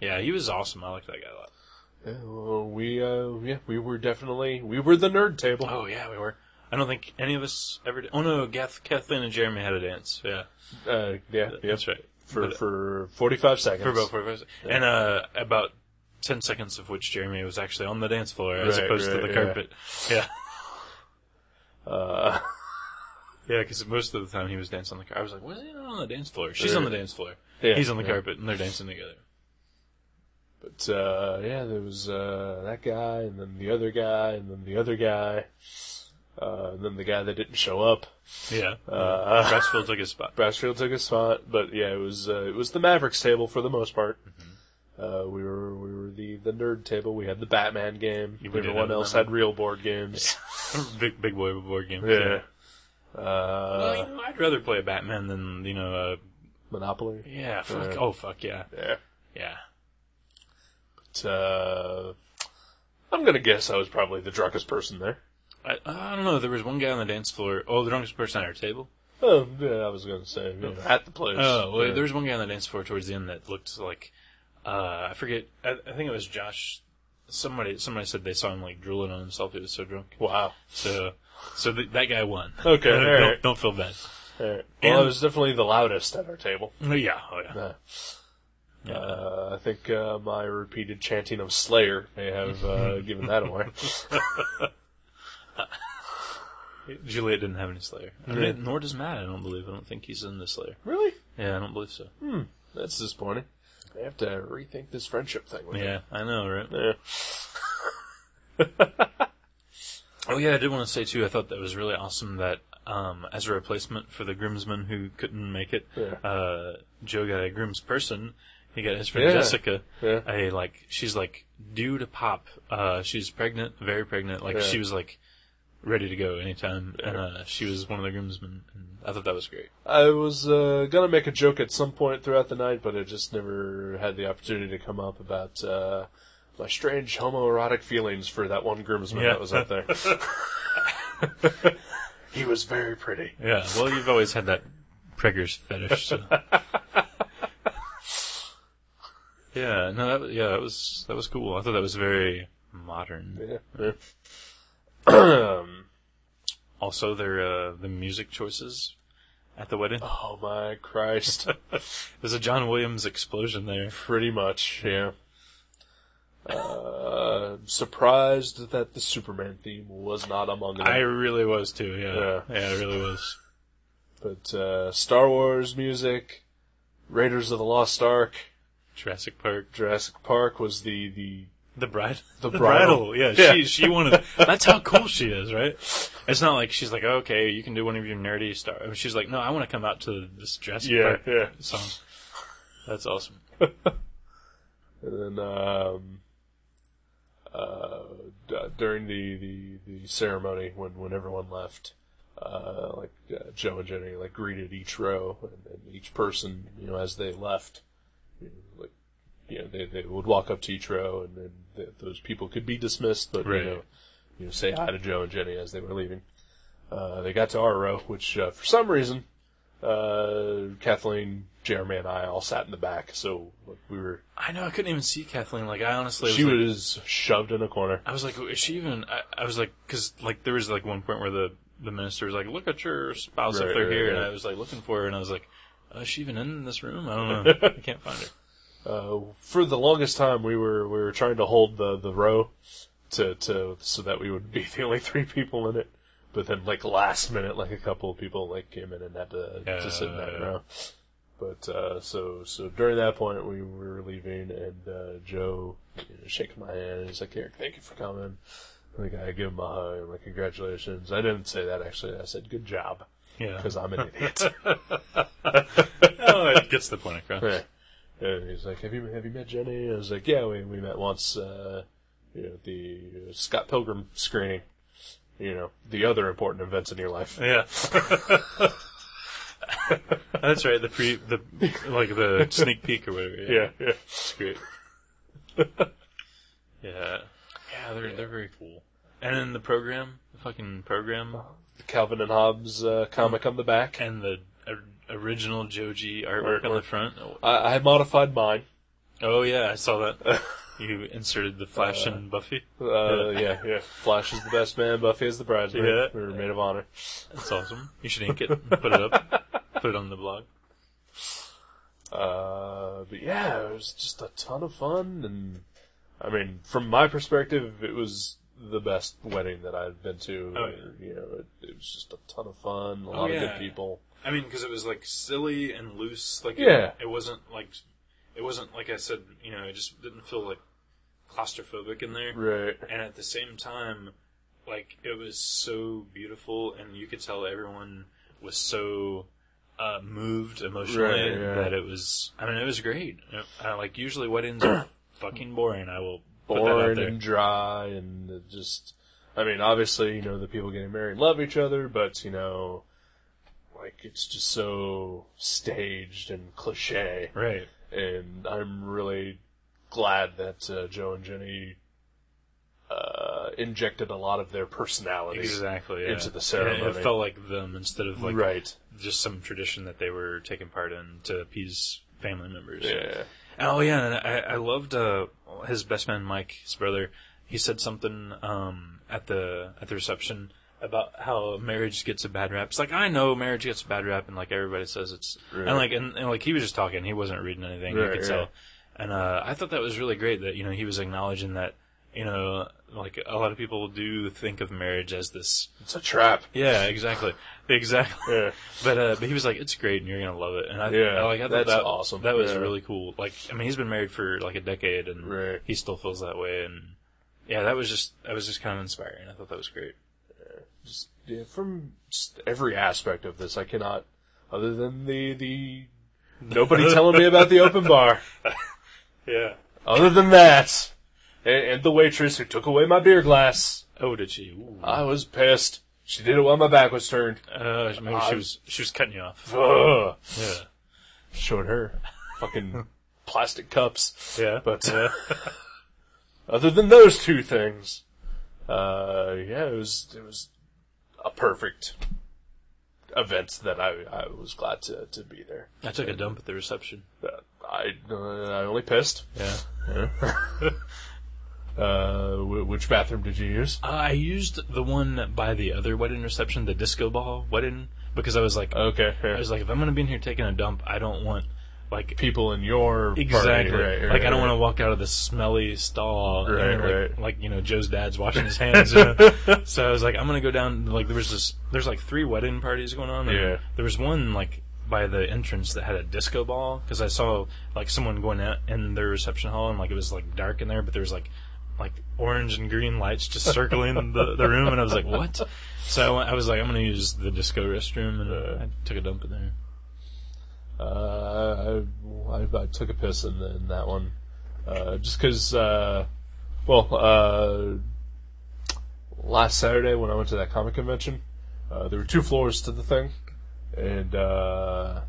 C: yeah, he was awesome. I liked that guy a lot.
B: Yeah, well, we, uh, yeah, we were definitely, we were the nerd table.
C: Oh yeah, we were. I don't think any of us ever. Did. Oh no, Gath, Kathleen and Jeremy had a dance. Yeah,
B: Uh, yeah, yeah.
C: that's right.
B: for
C: But- uh,
B: for 45 seconds.
C: For about 45 seconds. And uh, about 10 seconds of which Jeremy was actually on the dance floor as
B: Right,
C: opposed
B: right,
C: to the
B: yeah.
C: carpet. Yeah. Uh, yeah, because most of the time he was dancing on the carpet. I was like, why is he not on the dance floor? She's on the dance floor.
B: Yeah,
C: He's on the
B: yeah.
C: carpet and they're dancing together.
B: But uh, yeah, there was uh, that guy, and then the other guy, and then the other guy, uh, and then the guy that didn't show up.
C: Yeah.
B: Uh,
C: Brassfield took his spot.
B: Brassfield took his spot, but yeah, it was uh, it was the Mavericks table for the most part.
C: Mm-hmm.
B: Uh, we were we were the, the nerd table. We had the Batman game.
C: We did have
B: Everyone
C: the
B: else
C: Batman.
B: had real board games.
C: big, big boy board game. Well,
B: Uh,
C: you know, I'd rather play a Batman than, you know, uh,
B: Monopoly.
C: yeah, fuck,
B: Yeah.
C: oh, fuck, yeah.
B: Yeah.
C: Yeah.
B: But, uh, I'm gonna guess I was probably the drunkest person there.
C: I, I don't know, there was one guy on the dance floor. Oh, the drunkest person at our table.
B: Oh, yeah, I was gonna say you know, at the place.
C: Oh, well,
B: Yeah.
C: there was one guy on the dance floor towards the end that looked like uh, I forget. I, I think it was Josh. Somebody, somebody said they saw him like drooling on himself. He was so drunk.
B: wow.
C: So, so th- that guy won.
B: Okay,
C: don't,
B: all right.
C: don't feel bad.
B: All right. Well,
C: And-
B: I was definitely the loudest at our table.
C: Oh, yeah, oh yeah.
B: Uh, uh, I think uh, my repeated chanting of Slayer may have uh, given that away.
C: Juliet didn't have any Slayer. I mean, Nor does Matt. I don't believe. I don't think he's in the Slayer.
B: really?
C: Yeah, I don't believe so.
B: That's disappointing. I have to rethink this friendship thing. With
C: Yeah, I know, right?
B: It.
C: Oh yeah, I did want to say too. I thought that was really awesome that um, as a replacement for the groomsman who couldn't make it,
B: Yeah.
C: uh, Joe got a groom's person. He got his friend
B: Yeah.
C: Jessica.
B: Yeah.
C: A like she's like due to pop. Uh, she's pregnant, very pregnant. Like
B: Yeah.
C: she was like ready to go anytime, and uh, she was one of the groomsmen. And I thought that was great.
B: I was uh, gonna make a joke at some point throughout the night, but it just never had the opportunity to come up about uh, my strange homoerotic feelings for that one groomsman
C: Yeah.
B: that was up there. he was very pretty.
C: Yeah. Well, you've always had that preggers fetish. So. yeah. No. That, was- yeah. That was that was cool. I thought that was very modern.
B: Yeah, yeah. Um,
C: also their uh, the music choices at the wedding.
B: Oh my Christ.
C: There's a John Williams explosion there.
B: Pretty much, yeah. Uh, surprised that the Superman theme was not among them.
C: I really was too. Yeah.
B: Yeah.
C: Yeah, I really was.
B: But uh, Star Wars music, Raiders of the Lost Ark,
C: Jurassic Park.
B: Jurassic Park was the the
C: The bride,
B: The bridal.
C: yeah,
B: Yeah.
C: She, she wanted. That's how cool she is, right? It's not like she's like, "Oh, okay, you can do one of your nerdy stuff. She's like, no, I want to come out to this Jurassic
B: Yeah,
C: Park
B: yeah.
C: song. That's awesome.
B: and then um, uh, d- during the, the the ceremony when when everyone left, uh, like uh, Joe and Jenny like greeted each row and, and each person you know as they left, you know, like you know they they would walk up to each row and then th- those people could be dismissed, but
C: Right.
B: you know you know say hi to Joe and Jenny as they were leaving. Uh, they got to our row, which uh, for some reason uh, Kathleen, Jeremy, and I all sat in the back, so like, we were
C: I know I couldn't even see Kathleen. Like I honestly, was
B: she
C: like,
B: was shoved in a corner.
C: I was like, is she even? I, I was like, because like there was like one point where the the minister was like, look at your spouse
B: Right,
C: if they're
B: right,
C: here, and
B: right.
C: I was like looking for her, and I was like, oh, is she even in this room? I don't know. I can't find her.
B: Uh, for the longest time, we were we were trying to hold the the row to to so that we would be the only three people in it. But then, like last minute, like a couple of people like came in and had to, to sit in that
C: Yeah.
B: row. But uh, so so during that point, we were leaving, and uh, Joe you know, shaking my hand. and He's like, "Eric, thank you for coming." Like I give him a hug. I'm like, "Congratulations!" I didn't say that actually. I said, "Good job,"
C: Yeah.
B: because I'm an idiot.
C: oh, it gets the point across.
B: Yeah. And he's like, "Have you have you met Jenny?" I was like, "Yeah, we we met once, uh, you know, at the uh, Scott Pilgrim screening, you know, the other important events in your life."
C: Yeah. That's right. The pre, the like the sneak peek or whatever. Yeah,
B: yeah.
C: it's great. yeah, yeah, they're they're very cool. And then the program, the fucking program,
B: The Calvin and Hobbes uh, comic on the back.
C: and the or- original Joji artwork on the front. Oh,
B: I, I modified mine.
C: Oh yeah, I saw that. You inserted the Flash and Buffy.
B: Uh, yeah, yeah. Flash is the best man. Buffy is the bridesmaid.
C: Yeah.
B: We were maid of honor.
C: That's awesome. You should ink it, and put it up, put it on the blog.
B: Uh, but yeah, it was just a ton of fun, and I mean, from my perspective, it was the best wedding that I've been to.
C: Oh, yeah. Oh,
B: You know, it, it was just a ton of fun, a lot of
C: yeah.
B: good people.
C: I mean, because it was like silly and loose. Like,
B: Yeah.
C: it wasn't like, it wasn't like I said. You know, it just didn't feel like claustrophobic in there.
B: Right.
C: And at the same time, like it was so beautiful, and you could tell everyone was so uh, moved emotionally
B: Right, yeah.
C: that it was. I mean, it was great. And, uh, like usually weddings are fucking boring. I will put that out
B: Boring
C: there.
B: and dry, and it just, I mean, obviously, you know, the people getting married love each other, but you know, like it's just so staged and cliche.
C: right.
B: and I'm really glad that uh, Joe and Jenny uh, injected a lot of their personalities.
C: Exactly. yeah.
B: into the
C: And
B: ceremony.
C: It felt like them instead of like
B: right.
C: just some tradition that they were taking part in to appease family members.
B: Yeah.
C: Oh yeah, and I, I loved uh, his best man Mike, his brother. He said something um, at the at the reception about how marriage gets a bad rap. It's like I know marriage gets a bad rap, and like everybody says it's
B: Right.
C: and like and, and like he was just talking. He wasn't reading anything.
B: Right,
C: you could
B: right.
C: tell. And uh, I thought that was really great that you know he was acknowledging that you know like a lot of people do think of marriage as this.
B: It's a trap. Eh.
C: Yeah, exactly, exactly.
B: Yeah.
C: But uh, but he was like, "It's great, and you're gonna love it." And I,
B: Yeah,
C: I, like, I thought
B: that's
C: that,
B: awesome.
C: That was
B: Yeah.
C: really cool. Like, I mean, he's been married for like a decade, and
B: Right.
C: he still feels that way. And yeah, that was just that was just kind of inspiring. I thought that was great.
B: Just yeah, from just every aspect of this, I cannot, other than the the nobody telling me about the open bar.
C: Yeah.
B: Other than that, and, and the waitress who took away my beer glass,
C: Oh, did she? Ooh.
B: I was pissed. She did it while my back was turned.
C: Uh, maybe
B: I-
C: she was she was cutting you off.
B: Ugh.
C: Yeah.
B: Showed her fucking plastic cups.
C: Yeah.
B: But uh, other than those two things, uh, yeah, it was it was a perfect event that I I was glad to to be there.
C: I took a dump at the reception.
B: Uh, I uh, I only pissed.
C: Yeah.
B: Uh, wh- which bathroom did you use?
C: I used the one by the other wedding reception, the disco ball wedding, because I was like,
B: Okay.
C: I
B: yeah.
C: was like, if I'm gonna be in here taking a dump, I don't want like
B: people in your party,
C: Exactly.
B: right, right,
C: like I don't
B: right.
C: want to walk out of this smelly stall, and
B: Right,
C: then, like,
B: right.
C: like you know Joe's dad's washing his hands. you know? So I was like, I'm gonna go down. Like there was this, there's like three wedding parties going on. and
B: Yeah.
C: There was one like by the entrance that had a disco ball because I saw like someone going out in their reception hall and like it was like dark in there, but there was like like orange and green lights just circling the, the room, and I was like, what? So I, went- I was like, I'm gonna use the disco restroom, and
B: Yeah.
C: I took a dump in there.
B: Uh, I, I, I took a piss in, in that one, uh, just because. Uh, well, uh, last Saturday when I went to that comic convention, uh, there were two floors to the thing, and uh,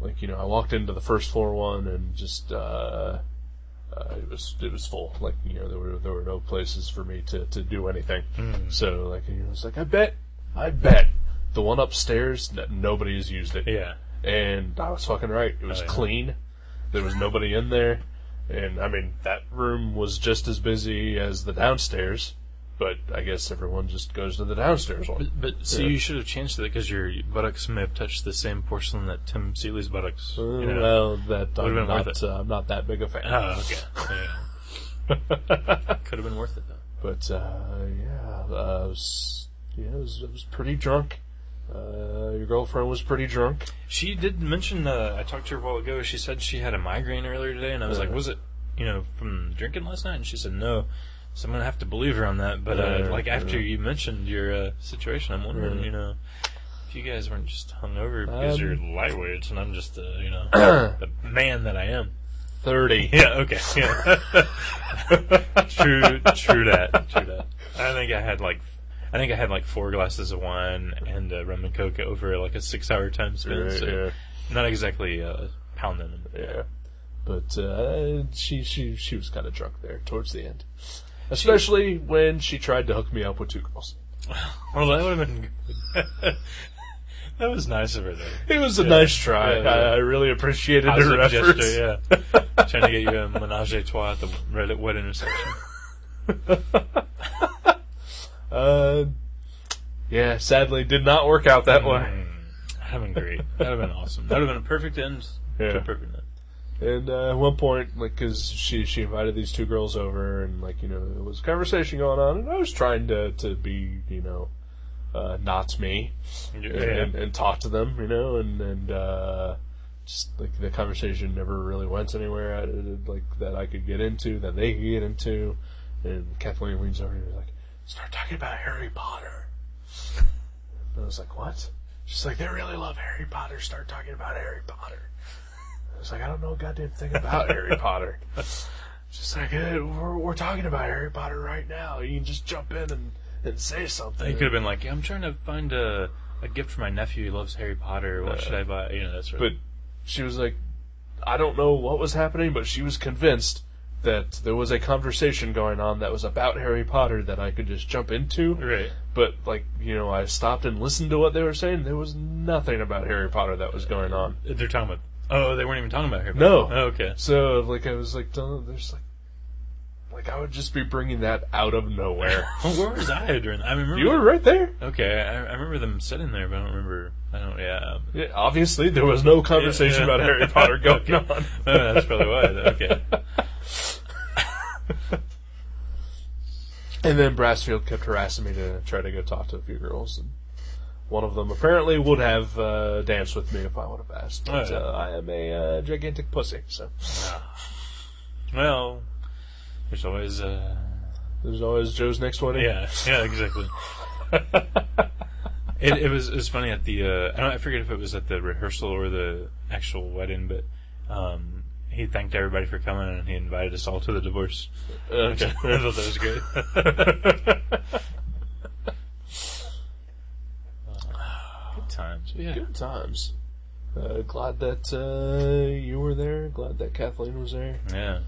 B: like you know, I walked into the first floor one and just uh, uh, it was it was full. Like you know, there were there were no places for me to to do anything. So like you know, it's like I bet, I bet the one upstairs that nobody has used it
C: Yeah.
B: and I was fucking right. It was
C: Oh, yeah.
B: clean. There was nobody in there, and I mean that room was just as busy as the downstairs. But I guess everyone just goes to the downstairs one.
C: But, but so
B: Yeah.
C: you should have changed that because your buttocks may have touched the same porcelain that Tim Seeley's buttocks.
B: Uh,
C: you know.
B: Well, that I'm
C: Would've been
B: not.
C: worth it.
B: Uh, I'm not that big a fan.
C: Oh, okay. Yeah. Could have been worth it though.
B: But uh, yeah, uh, I was, yeah, I was, I was pretty drunk. Uh, your girlfriend was pretty drunk.
C: She did mention. Uh, I talked to her a while ago. She said she had a migraine earlier today, and I was like,
B: Yeah.
C: "Was it, you know, from drinking last night?" And she said, "No." So I'm gonna have to believe her on that. But uh,
B: Yeah,
C: like after
B: yeah.
C: you mentioned your uh, situation, I'm wondering,
B: Yeah.
C: you know, if you guys weren't just hungover
B: Um,
C: because you're lightweights and I'm just, uh, you know, the man that I am.
B: Thirty.
C: Yeah, okay. Yeah. true true that. True that. I think I had like I think I had like four glasses of wine and uh, rum and coke over like a six hour time span.
B: Right,
C: so
B: yeah.
C: not exactly uh, pounding them.
B: Yeah. But uh, she she she was kind of drunk there towards the end, especially when she tried to hook me up with two girls.
C: Well, that would have been good. that was nice of her though.
B: It was a nice try.
C: Yeah, yeah.
B: I, I really appreciated her
C: Positive
B: efforts.
C: gesture, yeah. Trying to get you a menage a trois at the Reddit wedding reception.
B: Uh, yeah, sadly, did not work out that way.
C: Mm, That would have been great. That would have been awesome. That would have been a perfect end. To
B: Yeah.
C: a perfect end. Mm-hmm.
B: And uh, at one point, like, cause she she invited these two girls over, and like you know, there was a conversation going on, and I was trying to to be you know, uh, not me. and, and talk to them, you know, and and uh, just like the conversation never really went anywhere. I, I- like that I could get into, that they could get into, and Kathleen leans over and is like, "Start talking about Harry Potter." And I was like, "What?" She's like, "They really love Harry Potter. Start talking about Harry Potter." I was like, "I don't know a goddamn thing about Harry Potter." She's like, "Eh, we're, "We're talking about Harry Potter right now. You can just jump in and." And say something.
C: He could have been like, yeah, I'm trying to find a, a gift for my nephew. He loves Harry Potter. What should I buy? You know, that's right.
B: Uh, but she was like, I don't know what was happening, but she was convinced that there was a conversation going on that was about Harry Potter that I could just jump into.
C: Right.
B: But like, you know, I stopped and listened to what they were saying. There was nothing about Harry Potter that was going on.
C: They're talking about. Oh, they weren't even talking about Harry Potter.
B: No.
C: Oh, okay.
B: So like, I was like, don't, there's like, like I would just be bringing that out of nowhere.
C: Oh, where was I during that? I remember.
B: you were right there.
C: Okay, I, I remember them sitting there, but I don't remember. I don't, yeah.
B: Yeah, obviously, there was no conversation
C: Yeah, yeah.
B: about Harry Potter going
C: Okay.
B: on.
C: Oh, that's probably why. Okay.
B: And then Brassfield kept harassing me to try to go talk to a few girls, and one of them apparently would have uh, danced with me if I would have asked. But
C: Oh, yeah.
B: uh, I am a uh, gigantic pussy, so
C: Well, there's always, uh,
B: there's always Joe's next wedding.
C: Yeah, yeah, exactly. it, it was it was funny at the uh, I don't I forget if it was at the rehearsal or the actual wedding, but um, he thanked everybody for coming and he invited us all to the divorce.
B: Okay.
C: I thought that was great. Good times, yeah.
B: Good times. Uh, glad that uh, you were there. Glad that Kathleen was there.
C: Yeah,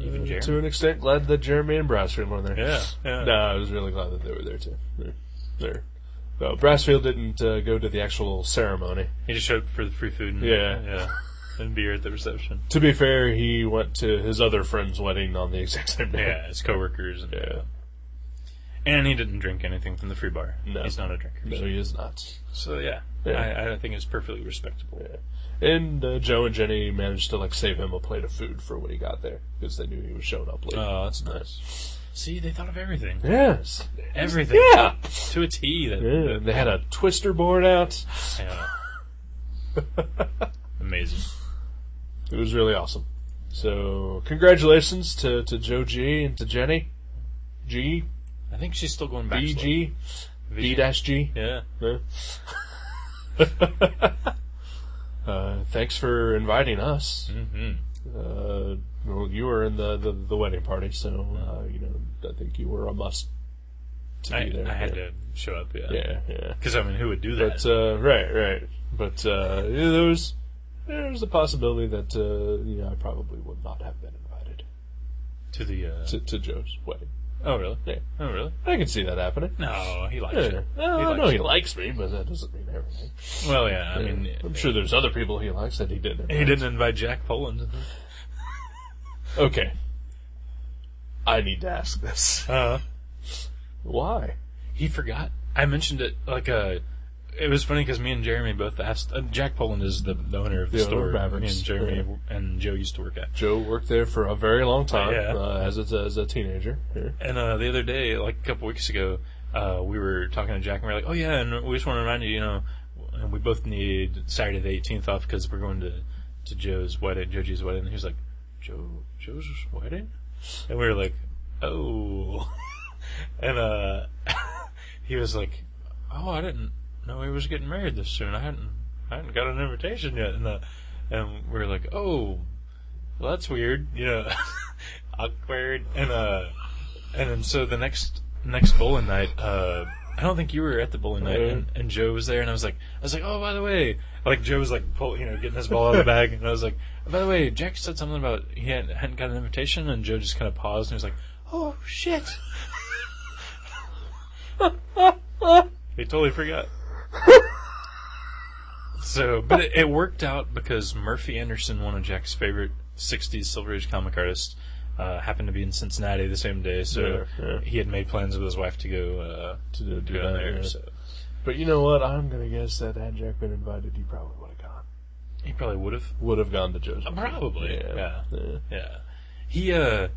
C: Even
B: Uh,
C: Jeremy.
B: to an extent, glad that Jeremy and Brassfield were there.
C: yeah, yeah.
B: No, I was really glad that they were there too. There. there. Though Brassfield didn't uh, go to the actual ceremony.
C: He just showed up for the free food and
B: Yeah.
C: yeah, and beer at the reception.
B: To be fair, he went to his other friend's wedding on the exact same day.
C: Yeah, his coworkers. And,
B: Yeah.
C: And he didn't drink anything from the free bar.
B: No.
C: He's not a drinker.
B: No,
C: So,
B: he is not.
C: so, yeah,
B: Yeah.
C: I, I think it's perfectly respectable.
B: Yeah. And uh, Joe and Jenny managed to like save him a plate of food for when he got there because they knew he was showing up late.
C: Oh, that's nice. See, they thought of everything.
B: yes.
C: Everything.
B: Yeah.
C: To a T. That,
B: Yeah, and they had a twister board out.
C: Yeah. Amazing.
B: It was really awesome. So congratulations to, to Joe G and to Jenny. G,
C: I think she's still going back.
B: B G, B dash G.
C: Yeah.
B: Yeah. uh, thanks for inviting us.
C: Mm-hmm.
B: Uh, well, you were in the, the, the wedding party, so uh, you know I think you were a must to
C: I,
B: be there.
C: I had to show up, yeah.
B: Yeah, yeah.
C: Because, I mean, who would do that?
B: But uh, right, right. But uh, yeah, there was there was a possibility that uh, you know I probably would not have been invited
C: to the. Uh,
B: to, to Joe's wedding.
C: oh, really?
B: Yeah,
C: Oh, really?
B: I can see that happening.
C: No, he likes
B: Yeah.
C: it.
B: Well,
C: he
B: I
C: likes
B: know
C: it.
B: he likes me, but that doesn't mean everything.
C: Well, yeah, I mean,
B: I'm sure there's other people he likes that he didn't.
C: he didn't invite Jack Poland.
B: Uh-huh. Okay. I need to ask this.
C: Uh,
B: Why?
C: he forgot. I mentioned it like uh It was funny because me and Jeremy both asked. Uh, Jack Poland is the, the owner of the
B: The owner
C: store.
B: of Mavericks,
C: Me and Jeremy and Joe used to work at.
B: Joe worked there for a very long time
C: Yeah.
B: uh, as, a, as a teenager. Yeah.
C: And uh, the other day, like a couple weeks ago, uh, we were talking to Jack, and we were like, "Oh yeah," and we just want to remind you, you know, and we both need Saturday the 18th off because we're going to to Joe's wedding, Joji's wedding. And he was like, "Joe, Joe's wedding," and we were like, "Oh," and uh, he was like, "Oh, I didn't know he was getting married this soon. I hadn't, I hadn't got an invitation yet." And uh, and we were like, "Oh, well, that's weird," you know, awkward, and uh. And then so the next next bowling night, uh, I don't think you were at the bowling night, and, and Joe was there, and I was like, I was like, oh, by the way, like Joe was like, pull, you know, getting his ball out of the bag, and I was like, by the way, Jack said something about he hadn't, hadn't got an invitation, and Joe just kind of paused and he was like, oh shit. he totally forgot. So, but it, it worked out because Murphy Anderson, one of Jack's favorite '60s Silver Age comic artists, uh, happened to be in Cincinnati the same day. So
B: Yeah, yeah.
C: he had made plans with his wife to go uh,
B: To do-
C: to
B: do
C: go
B: that,
C: there.
B: yeah.
C: So
B: But you know what? I'm going to guess that had Jack been invited, he probably would have gone.
C: he probably would have.
B: Would have gone to Joe's. wedding.
C: Probably.
B: Yeah. yeah.
C: Yeah. He. Uh,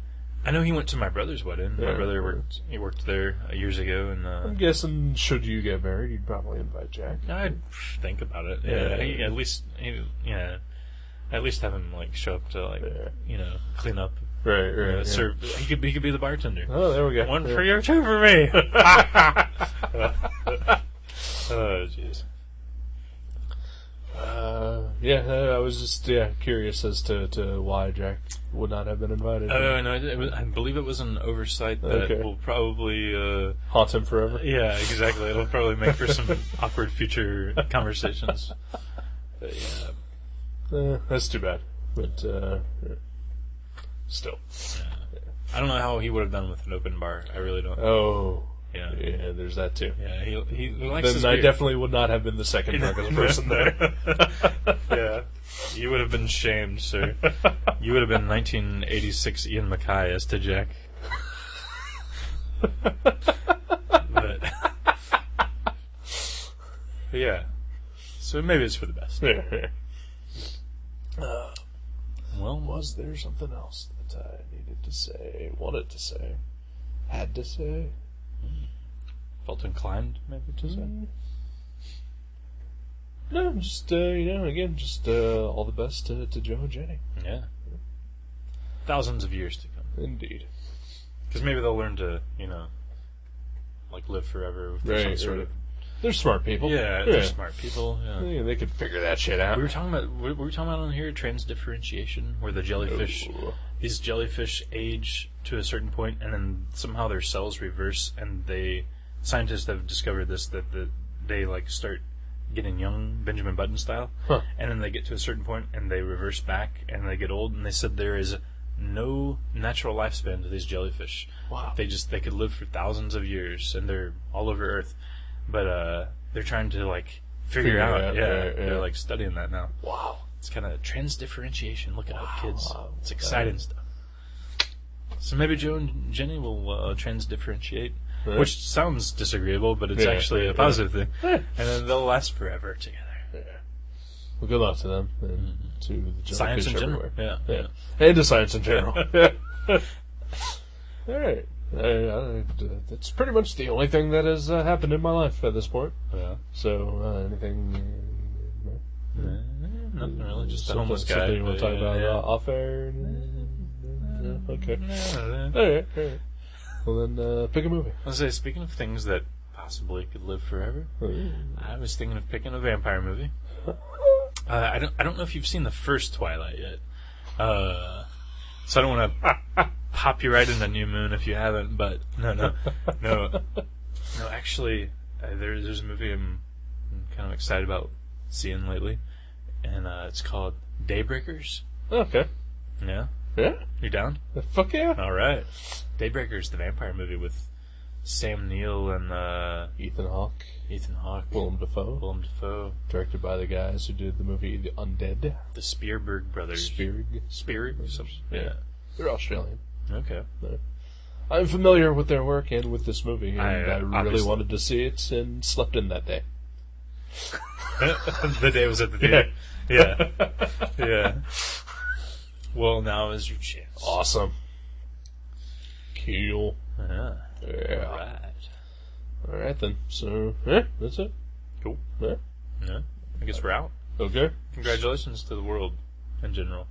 C: I know he went to my brother's wedding. My
B: Yeah.
C: brother worked. He worked there uh, years ago, and uh,
B: I'm guessing, should you get married, you'd probably invite Jack.
C: I'd think about it. Yeah,
B: Yeah.
C: he- at least he, yeah, at least have him like show up to like
B: Yeah.
C: you know clean up,
B: Right, right.
C: uh,
B: yeah.
C: serve. He could be, he could be the bartender.
B: Oh, there we go.
C: One
B: Yeah.
C: for you, two for me. oh jeez.
B: Uh, yeah, uh, I was just yeah curious as to, to why Jack would not have been invited.
C: Oh no, it was, I believe it was an oversight that
B: Okay.
C: will probably. Uh,
B: Haunt him forever.
C: yeah, exactly. It'll probably make for some awkward future conversations. But yeah,
B: Uh, that's too bad. But uh, yeah. still.
C: I don't know how he would have done with an open bar. I really don't.
B: Oh,
C: Yeah.
B: yeah. There's that too.
C: Yeah, he, he likes his
B: Then I
C: beer.
B: definitely would not have been the second drunkest person there.
C: yeah. You would have been shamed, sir. You would have been 1986 Ian Mackay as to Jack. but, But yeah. So maybe it's for the best.
B: Yeah.
C: Well,
B: Was there something else that I needed to say, wanted to say, had to say?
C: felt inclined maybe to say.
B: No, just uh, you know, again, just uh, all the best to, to Joe and Jenny.
C: Yeah. Thousands of years to come.
B: Indeed.
C: Because maybe they'll learn to, you know, like live forever with some
B: Right,
C: sort
B: right.
C: of.
B: They're smart people.
C: Yeah, they're smart people. Yeah.
B: Yeah, they could figure that shit out.
C: We were talking about were were we talking about on here transdifferentiation, where the jellyfish
B: Ooh.
C: these jellyfish age to a certain point, and then somehow their cells reverse, and they scientists have discovered this that the, they like start getting young Benjamin Button style,
B: Huh.
C: and then they get to a certain point and they reverse back and they get old, and they said there is no natural lifespan to these jellyfish.
B: Wow.
C: They just they could live for thousands of years, and they're all over Earth, but uh, they're trying to like figure,
B: Figure
C: out.
B: out,
C: yeah,
B: right, yeah.
C: they're like studying that now.
B: Wow.
C: It's kind of transdifferentiation. Look it up, kids.
B: Wow.
C: It's exciting stuff. So maybe Joe and Jenny will uh, trans differentiate,
B: Yeah.
C: which sounds disagreeable, but it's
B: Yeah,
C: actually
B: yeah.
C: a positive thing.
B: Yeah.
C: And then they'll last forever together.
B: Well, good luck to them and to the jellyfish
C: Mm-hmm. Science in general.
B: everywhere.
C: Yeah,
B: Yeah. And to science in general. All right. I, I, that's pretty much the only thing that has uh, happened in my life at this point.
C: yeah.
B: So, uh, anything.
C: Uh, nothing really, just a
B: something-
C: homeless guy.
B: something you want to
C: but
B: talk
C: yeah,
B: about
C: yeah.
B: uh, off air? No? Okay.
C: Yeah, yeah.
B: All right. All right. Well, then uh, pick a movie.
C: I was gonna say, speaking of things that possibly could live forever, I was thinking of picking a vampire movie. Uh, I don't. I don't know if you've seen the first Twilight yet, uh, so I don't want to pop you right into New Moon if you haven't. But no, no, no, no. Actually, uh, there, there's a movie I'm, I'm kind of excited about seeing lately, and uh, it's called Daybreakers.
B: Okay.
C: Yeah,
B: Yeah.
C: you down?
B: Fuck yeah.
C: All right. Daybreakers, the vampire movie with Sam Neill and uh,
B: Ethan Hawke,
C: Ethan Hawke,
B: Willem Dafoe,
C: Willem Dafoe,
B: directed by the guys who did the movie The Undead.
C: the Spearberg brothers.
B: Spearig.
C: Spearig? Some-
B: Yeah. They're Australian.
C: yeah. Okay.
B: I'm familiar with their work and with this movie, and
C: I,
B: I,
C: uh,
B: really
C: obviously-
B: wanted to see it and slept in that day.
C: the day was at the theater. Yeah. Yeah. Well, now is your chance.
B: Awesome. Cool.
C: Yeah.
B: Yeah.
C: Right.
B: All right then. So, yeah, that's it.
C: Cool.
B: Yeah.
C: Yeah. I guess we're out.
B: Okay.
C: Congratulations to the world in general.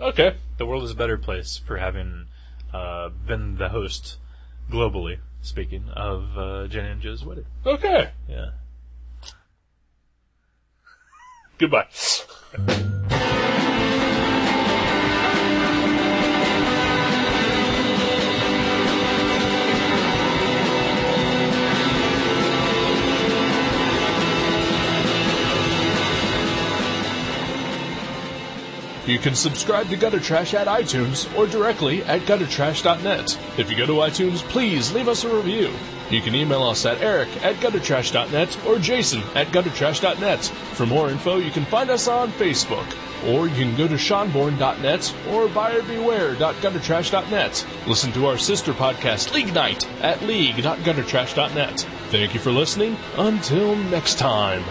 B: Okay.
C: The world is a better place for having uh, been the host, globally speaking, of uh, Jenny and Joe's wedding.
B: Okay.
C: Yeah.
B: Goodbye. You can subscribe to Gutter Trash at iTunes or directly at guttertrash.net. If you go to iTunes, please leave us a review. You can email us at eric at guttertrash.net or jason at guttertrash.net. For more info, you can find us on Facebook. Or you can go to seanborn.net or buyerbeware.guttertrash.net. Listen to our sister podcast, League Night, at league.guttertrash.net. Thank you for listening. Until next time.